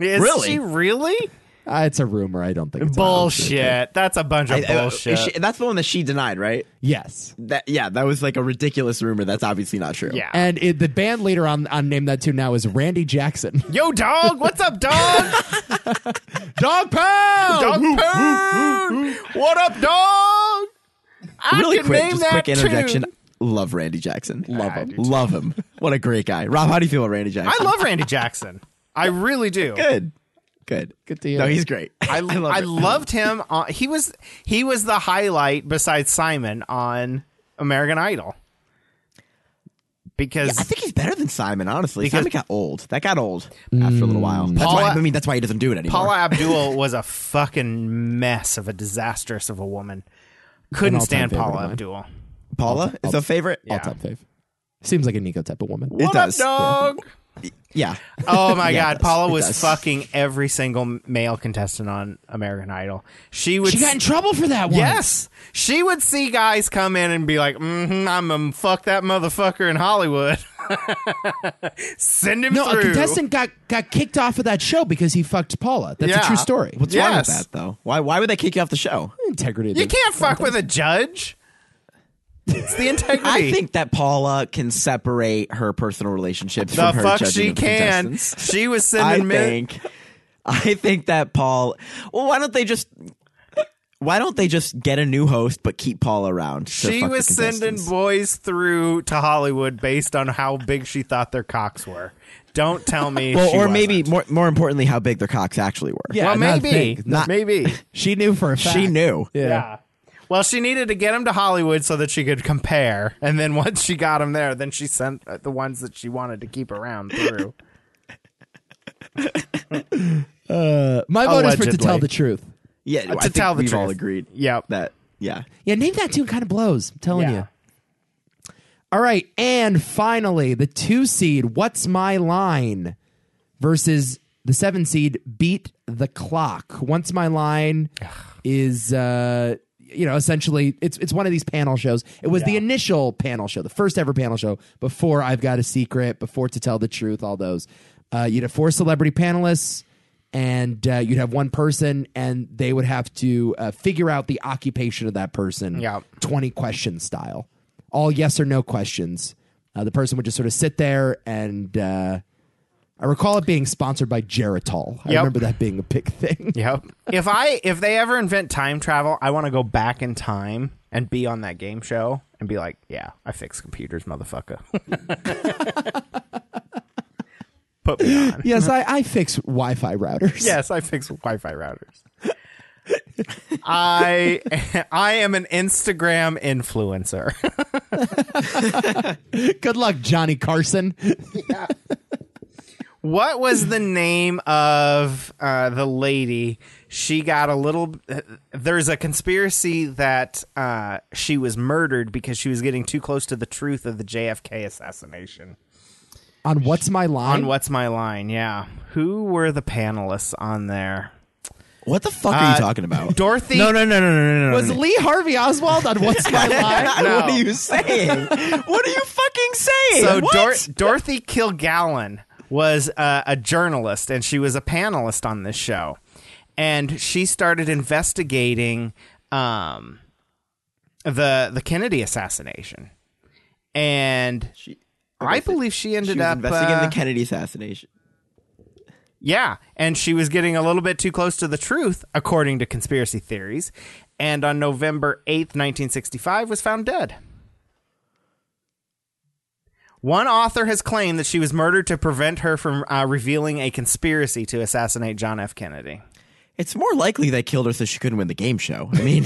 Is
Really?
she really?
uh, it's a rumor. I don't think it's
Bullshit. That's a bunch of
I- uh,
bullshit.
is she- that's the one that she denied, right?
Yes.
That yeah, that was like a ridiculous rumor. That's obviously not true.
yeah.
And it, the band leader on, on Name That Tune now is Randy Jackson.
Yo, dog. What's up, dog?
Dog pound!
dog pound. What up, dog? I
really
can
quick,
name
just
that
quick interjection.
tune.
Love Randy Jackson. Love him. Love him. What a great guy. Rob, how do you feel about Randy Jackson?
I love Randy Jackson. I really do.
Good. Good. Good
to hear.
No, he's great.
I,
love
I
it.
loved him. On, he was he was the highlight besides Simon on American Idol because
I think he's better than Simon, honestly.
Because-
Simon got old. That got old after a little while. That's why,
Paula-
I mean, that's why he doesn't do it anymore.
Paula Abdul was a fucking mess of a disastrous of a woman. Couldn't
all-time
stand
favorite of
Paula
mine.
Abdul.
Paula is a favorite.
All time fave. Seems like a Nico type of woman.
It
What up,
does.
dog?
Yeah.
Oh my
Yeah, it
god,
does.
Paula
It
was
does.
fucking every single male contestant on American Idol. She would
She got in trouble for that one.
Yes, she would see guys come in and be like, mm "I'm a fuck that motherfucker in Hollywood. Send him
No,
through."
a contestant got, got kicked off of that show because he fucked Paula. That's a
Yeah.
true story.
What's wrong with
Yes.
that though? Why why would they kick you off the show?
integrity?
you can't fuck with a judge. It's the integrity.
I think that Paula can separate her personal relationships
the
from her
fuck
judging
she
of
can.
contestants.
She was
I
sending men.
think. I think that Paul. Well, why don't they just? Why don't they just get a new host but keep Paul around? to
She
fuck the
was sending
contestants?
boys through to Hollywood based on how big she thought their cocks were. Don't tell me.
Well,
she
or maybe
wasn't.
more more importantly, how big their cocks actually were.
Yeah,
well,
not
maybe,
big, not-
maybe.
She knew for a fact.
she knew.
Yeah. Well, she needed to get him to Hollywood so that she could compare, and then once she got him there, then she sent uh, the ones that she wanted to keep around through.
My vote is for to
Allegedly.
tell the truth.
Yeah, I
to
think
tell the
we've all
truth.
agreed
Yep.
that. Yeah,
Yeah, name that tune kind of blows. I'm telling
Yeah.
you. All right, and finally, the two seed, What's My Line versus the seven seed, Beat the Clock. What's My Line is, uh, you know, essentially, it's, it's one of these panel shows. It was the initial panel show, the first ever panel show before I've Got a Secret, before To Tell the Truth, all those. Uh, you'd have four celebrity panelists and uh, you'd have one person, and they would have to uh, figure out the occupation of that person.
Yeah.
20 question style, all yes or no questions. Uh, the person would just sort of sit there, and uh, I recall it being sponsored by Geritol. I
Yep.
remember that being a big thing.
Yep. if I if they ever invent time travel, I want to go back in time and be on that game show and be like, yeah, I fix computers, motherfucker. Put me on.
yes, I, I fix Wi Fi routers.
Yes, I fix Wi-Fi routers. I I am an Instagram influencer.
Good luck, Johnny Carson.
What was the name of uh, the lady? She got a little. There's a conspiracy that uh, she was murdered because she was getting too close to the truth of the JFK assassination.
On What's My Line?
On What's My Line? Yeah. Who were the panelists on there?
What the fuck
Uh,
are you talking about?
Dorothy.
no, no, no, no, no, no, no.
was
no.
Lee Harvey Oswald on What's My Line?
What are you saying? what are you fucking saying?
So
what?
Dor- Dorothy Kilgallen was uh, a journalist, and she was a panelist on this show, and she started investigating um, the the Kennedy assassination, and I believe she ended
was
up
investigating
uh,
the Kennedy assassination.
yeah, and she was getting a little bit too close to the truth, according to conspiracy theories, and on November eighth, nineteen sixty five, was found dead. One author has claimed that she was murdered to prevent her from uh, revealing a conspiracy to assassinate John F. Kennedy.
It's more likely they killed her so she couldn't win the game show. I mean,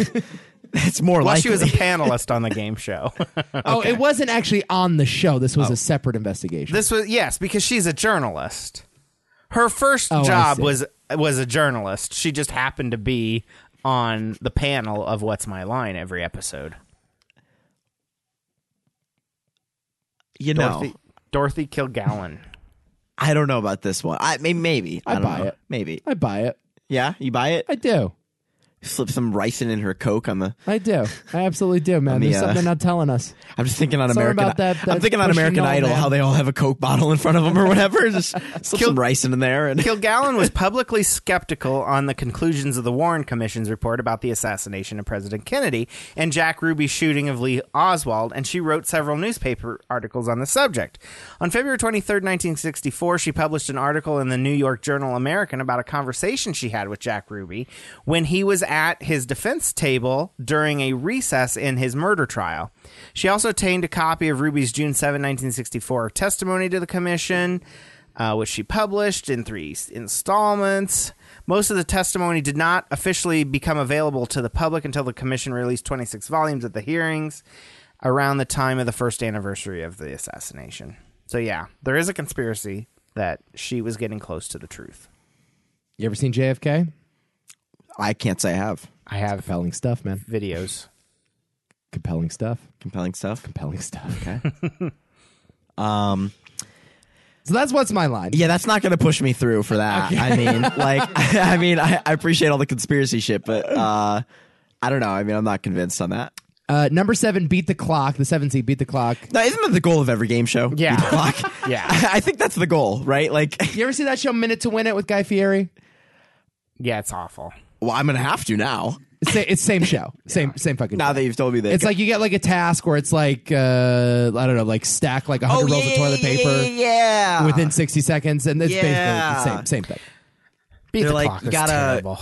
that's more
Well,
likely.
she was a panelist on the game show.
Oh, it wasn't actually on the show. This
Oh.
was a separate investigation.
this was yes, because she's a journalist. Her first
Oh, I
job
see.
was was a journalist. She just happened to be on the panel of What's My Line every episode.
you know,
Dorothy, Dorothy Kilgallen.
I don't know about this one. I maybe, maybe. I,
I
don't
buy
know.
it.
Maybe.
I buy it.
Yeah, you buy it.
I do.
Slip some ricin in her coke on the.
I do. I absolutely do, man.
the,
There's
uh,
something they're not telling us.
I'm just thinking on
Sorry
American.
about that-
I'm
that
thinking on
pushing
American
on,
Idol
man.
how they all have a coke bottle in front of them or whatever. just slip some ricin in there and.
Kilgallen was publicly skeptical on the conclusions of the Warren Commission's report about the assassination of President Kennedy and Jack Ruby's shooting of Lee Oswald, and she wrote several newspaper articles on the subject. On February 23, 1964, she published an article in the New York Journal American about a conversation she had with Jack Ruby when he was at his defense table during a recess in his murder trial. She also obtained a copy of Ruby's June 7, 1964 testimony to the commission uh, which she published in three s- installments. Most of the testimony did not officially become available to the public until the commission released 26 volumes at the hearings around the time of the first anniversary of the assassination. So, yeah, there is a conspiracy that she was getting close to the truth.
You ever seen JFK?
I can't say I have
I have
Compelling stuff, man.
videos.
Compelling stuff.
compelling stuff.
Compelling stuff.
Um.
So that's what's my line.
Yeah, that's not going to push me through for that. I mean, like, I mean, I, I appreciate all the conspiracy shit, but uh, I don't know. I mean, I'm not convinced on that.
Uh, number seven, beat the clock. The seven seed, beat the clock.
Now, isn't that the goal of every game show?
Yeah.
Beat the clock.
Yeah.
I think that's the goal, right? Like,
You ever see that show Minute to Win It with Guy Fieri?
Yeah, it's awful.
well, I'm going to have to now.
It's, sa- it's same show. Same same fucking.
Now
show.
that you've told me that,
it's like you get like a task where it's like uh, I don't know, like stack like
oh,
hundred rolls
yeah,
of toilet
yeah,
paper
Yeah, yeah.
within sixty seconds, and it's
Yeah.
basically the same same thing.
Beat
They're
the
like,
clock is
gotta-
terrible.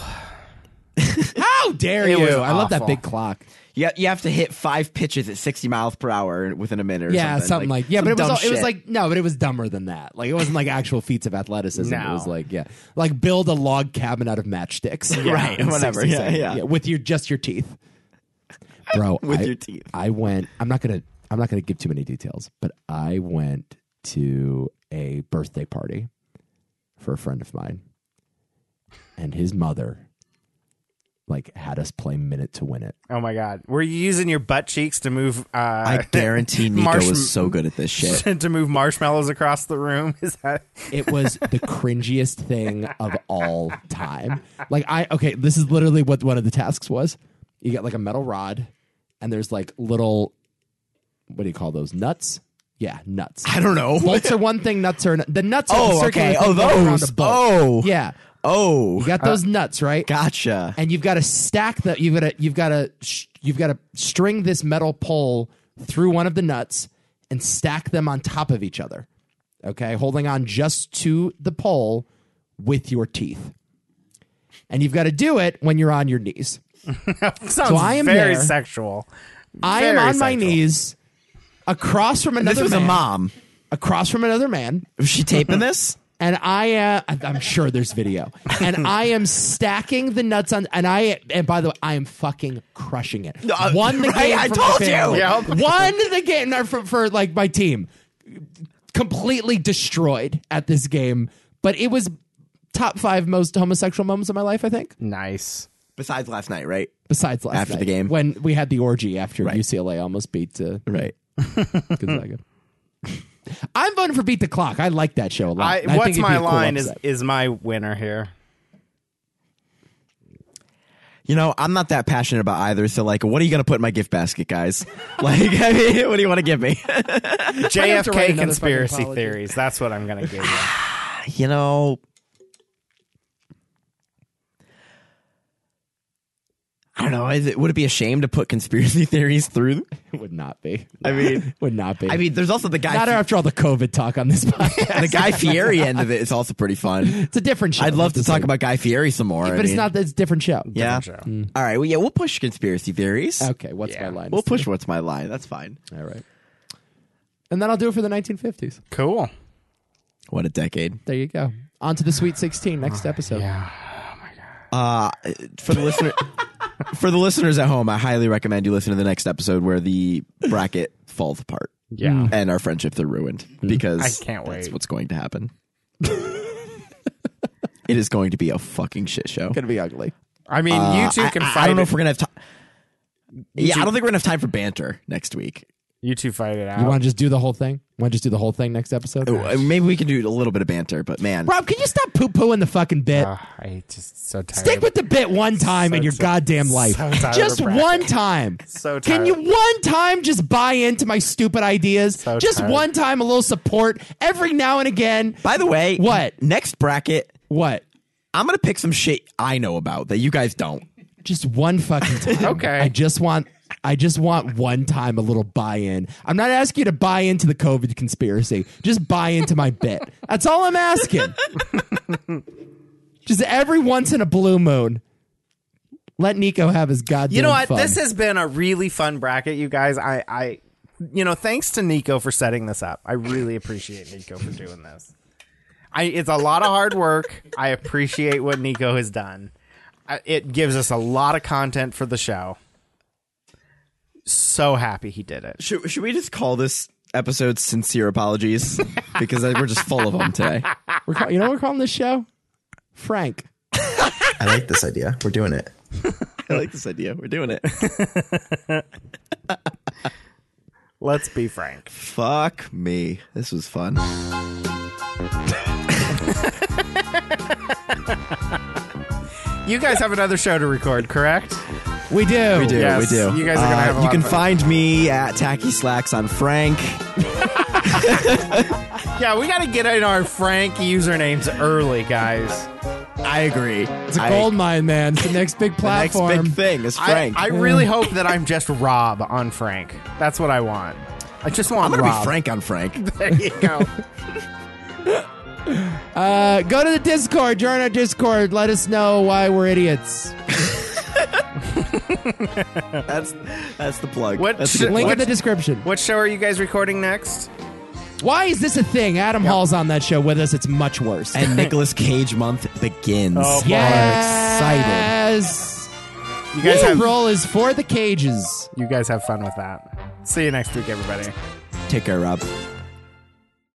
How dare
It
you?
was
I love that
awful.
big clock.
you, you have to hit five pitches at 60 miles per hour within a minute or
yeah,
something.
something like, yeah,
some
but it was
dumb
all, it was
shit.
like no, but it was dumber than that. Like it wasn't like actual feats of athleticism. It
No.
was like yeah, like build a log cabin out of matchsticks.
Right,
In
whatever.
60
Yeah,
seconds.
yeah.
with your just your teeth, bro.
With
I-
your teeth.
I went. I'm not gonna. I'm not gonna give too many details, but I went to a birthday party for a friend of mine, and his mother like had us play minute to win it.
Oh my god, were you using your butt cheeks to move? Uh,
I guarantee Nico
Marsh-
was so good at this shit.
to move marshmallows across the room. Is that?
It was the cringiest thing of all time. Like I okay, this is literally what one of the tasks was. You get like a metal rod, and there's like little, what do you call those nuts? Yeah, nuts.
I don't know.
Bolts are one thing. Nuts are an- the nuts. are
Oh,
a circular
okay.
thing
Oh,
going around
those.
a bolt.
Oh,
yeah.
Oh,
You got those nuts right,
gotcha.
and you've got to stack the. You've got to. You've got to. Sh- you've got to string this metal pole through one of the nuts and stack them on top of each other. Okay, holding on just to the pole with your teeth, and you've got to do it when you're on your knees.
Sounds
I am
very
there.
sexual.
I am
Very
on my
sexual.
knees, across from another
This was a
man,
mom.
across from another man.
Was she taping this?
and I uh, I- I'm sure there's video, and I am stacking the nuts on, and I and by the way, I am fucking crushing it.
Uh,
Won the
right,
game.
I
for
told
my
you.
family.
Yep.
Won the game not for, for like my team. Completely destroyed at this game, but it was top five most homosexual moments of my life. I think
Nice.
Besides last night, right?
besides last
After the
night,
game.
when we had the orgy after
Right.
UCLA almost beat uh,
Right.
Gonzaga.
Hmm.
I'm voting for Beat the Clock. I like that show a lot.
I,
and I think
what's
it'd be
my
a cool
line is
upset.
is my winner here.
You know, I'm not that passionate about either. So, like, what are you going to put in my gift basket, guys? like, I mean, what do you want to give me?
have to write
JFK
another
conspiracy
fucking apology.
theories. That's what I'm gonna give you.
you know, I don't know. Is it, would it be a shame to put conspiracy theories through?
It would not be.
I mean,
would not be.
I mean, there's also the guy.
not after all the COVID talk on this podcast.
the Guy Fieri end of it is also pretty fun.
it's a different show.
I'd love to
It's the
talk
same.
about Guy Fieri some more.
but
I
it's
mean,
not. It's a different show.
Yeah.
show.
All right. Well, yeah, we'll push conspiracy theories.
Okay. What's my line?
We'll push what's my line. That's fine.
All right. And then I'll do it for the 1950s.
Cool.
What a decade.
There you go. On to the Sweet 16 next
Oh,
episode.
Uh, for the listener, for the listeners at home, I highly recommend you listen to the next episode where the bracket falls apart.
Yeah.
Mm.
and our friendships are ruined because
I can't
That's
wait.
what's going to happen. it is going to be a fucking shit show.
Gonna be ugly.
I mean,
Uh,
you two
I-
can
I,
fight.
I don't
it.
know if we're gonna have time. Yeah,
two-
I don't think we're gonna have time for banter next week.
you two fight it
You
out.
want to just do the whole thing? Want to just do the whole thing next episode?
Uh, Maybe we can do a little bit of banter, but man,
Rob, can you stop poo pooing the fucking bit?
Ah, I just so tired.
Stick with the bit one time
So
in your
ti-
goddamn life.
so tired of
just
practice.
one time.
So
Can
tired.
you one time just buy into my stupid ideas?
So
just
tired.
one time, a little support every now and again.
by the way,
What?
next bracket?
What?
I'm gonna pick some shit I know about that you guys don't.
Just one fucking time.
Okay.
I just want. I just want one time a little buy-in. I'm not asking you to buy into the COVID conspiracy. Just buy into my bit. That's all I'm asking. just every once in a blue moon, let Nico have his goddamn.
You know what?
fun.
This has been a really fun bracket, you guys. I, I, you know, thanks to Nico for setting this up. I really appreciate Nico for doing this. I, it's a lot of hard work. I appreciate what Nico has done. I, it gives us a lot of content for the show. So happy he did it.
Should should we just call this episode "Sincere Apologies" because I- we're just full of them today?
We're call- you know what we're calling this show? Frank.
I like this idea. We're doing it.
I like this idea. We're doing it.
Let's be frank.
Fuck me. This was fun.
You guys have another show to record, correct?
We do.
We do.
Yes,
we do. Uh,
you guys are gonna have a
you
lot of
can
fun.
find me at Tacky Slacks on Frank.
Yeah, we got to get in our Frank usernames early, guys.
I agree.
It's
It's
a gold mine, man. It's the next big
next
platform.
big thing is
I,
Frank.
I really hope that I'm just Rob on Frank. That's what I want. I just want
am gonna
Rob.
be Frank on Frank.
There you go.
Uh, go to the Discord. Join our Discord. Let us know why we're idiots.
That's that's the plug.
What
That's a
should-
good
Link
plug.
in the description.
what show are you guys recording next?
Why is this a thing? Adam Hall's on that show with us. It's much worse.
and Nicolas Cage month begins.
Oh,
We are excited.
yes.
You guys have
April is for the cages.
you guys have fun with that. See you next week, everybody.
Take care, Rob.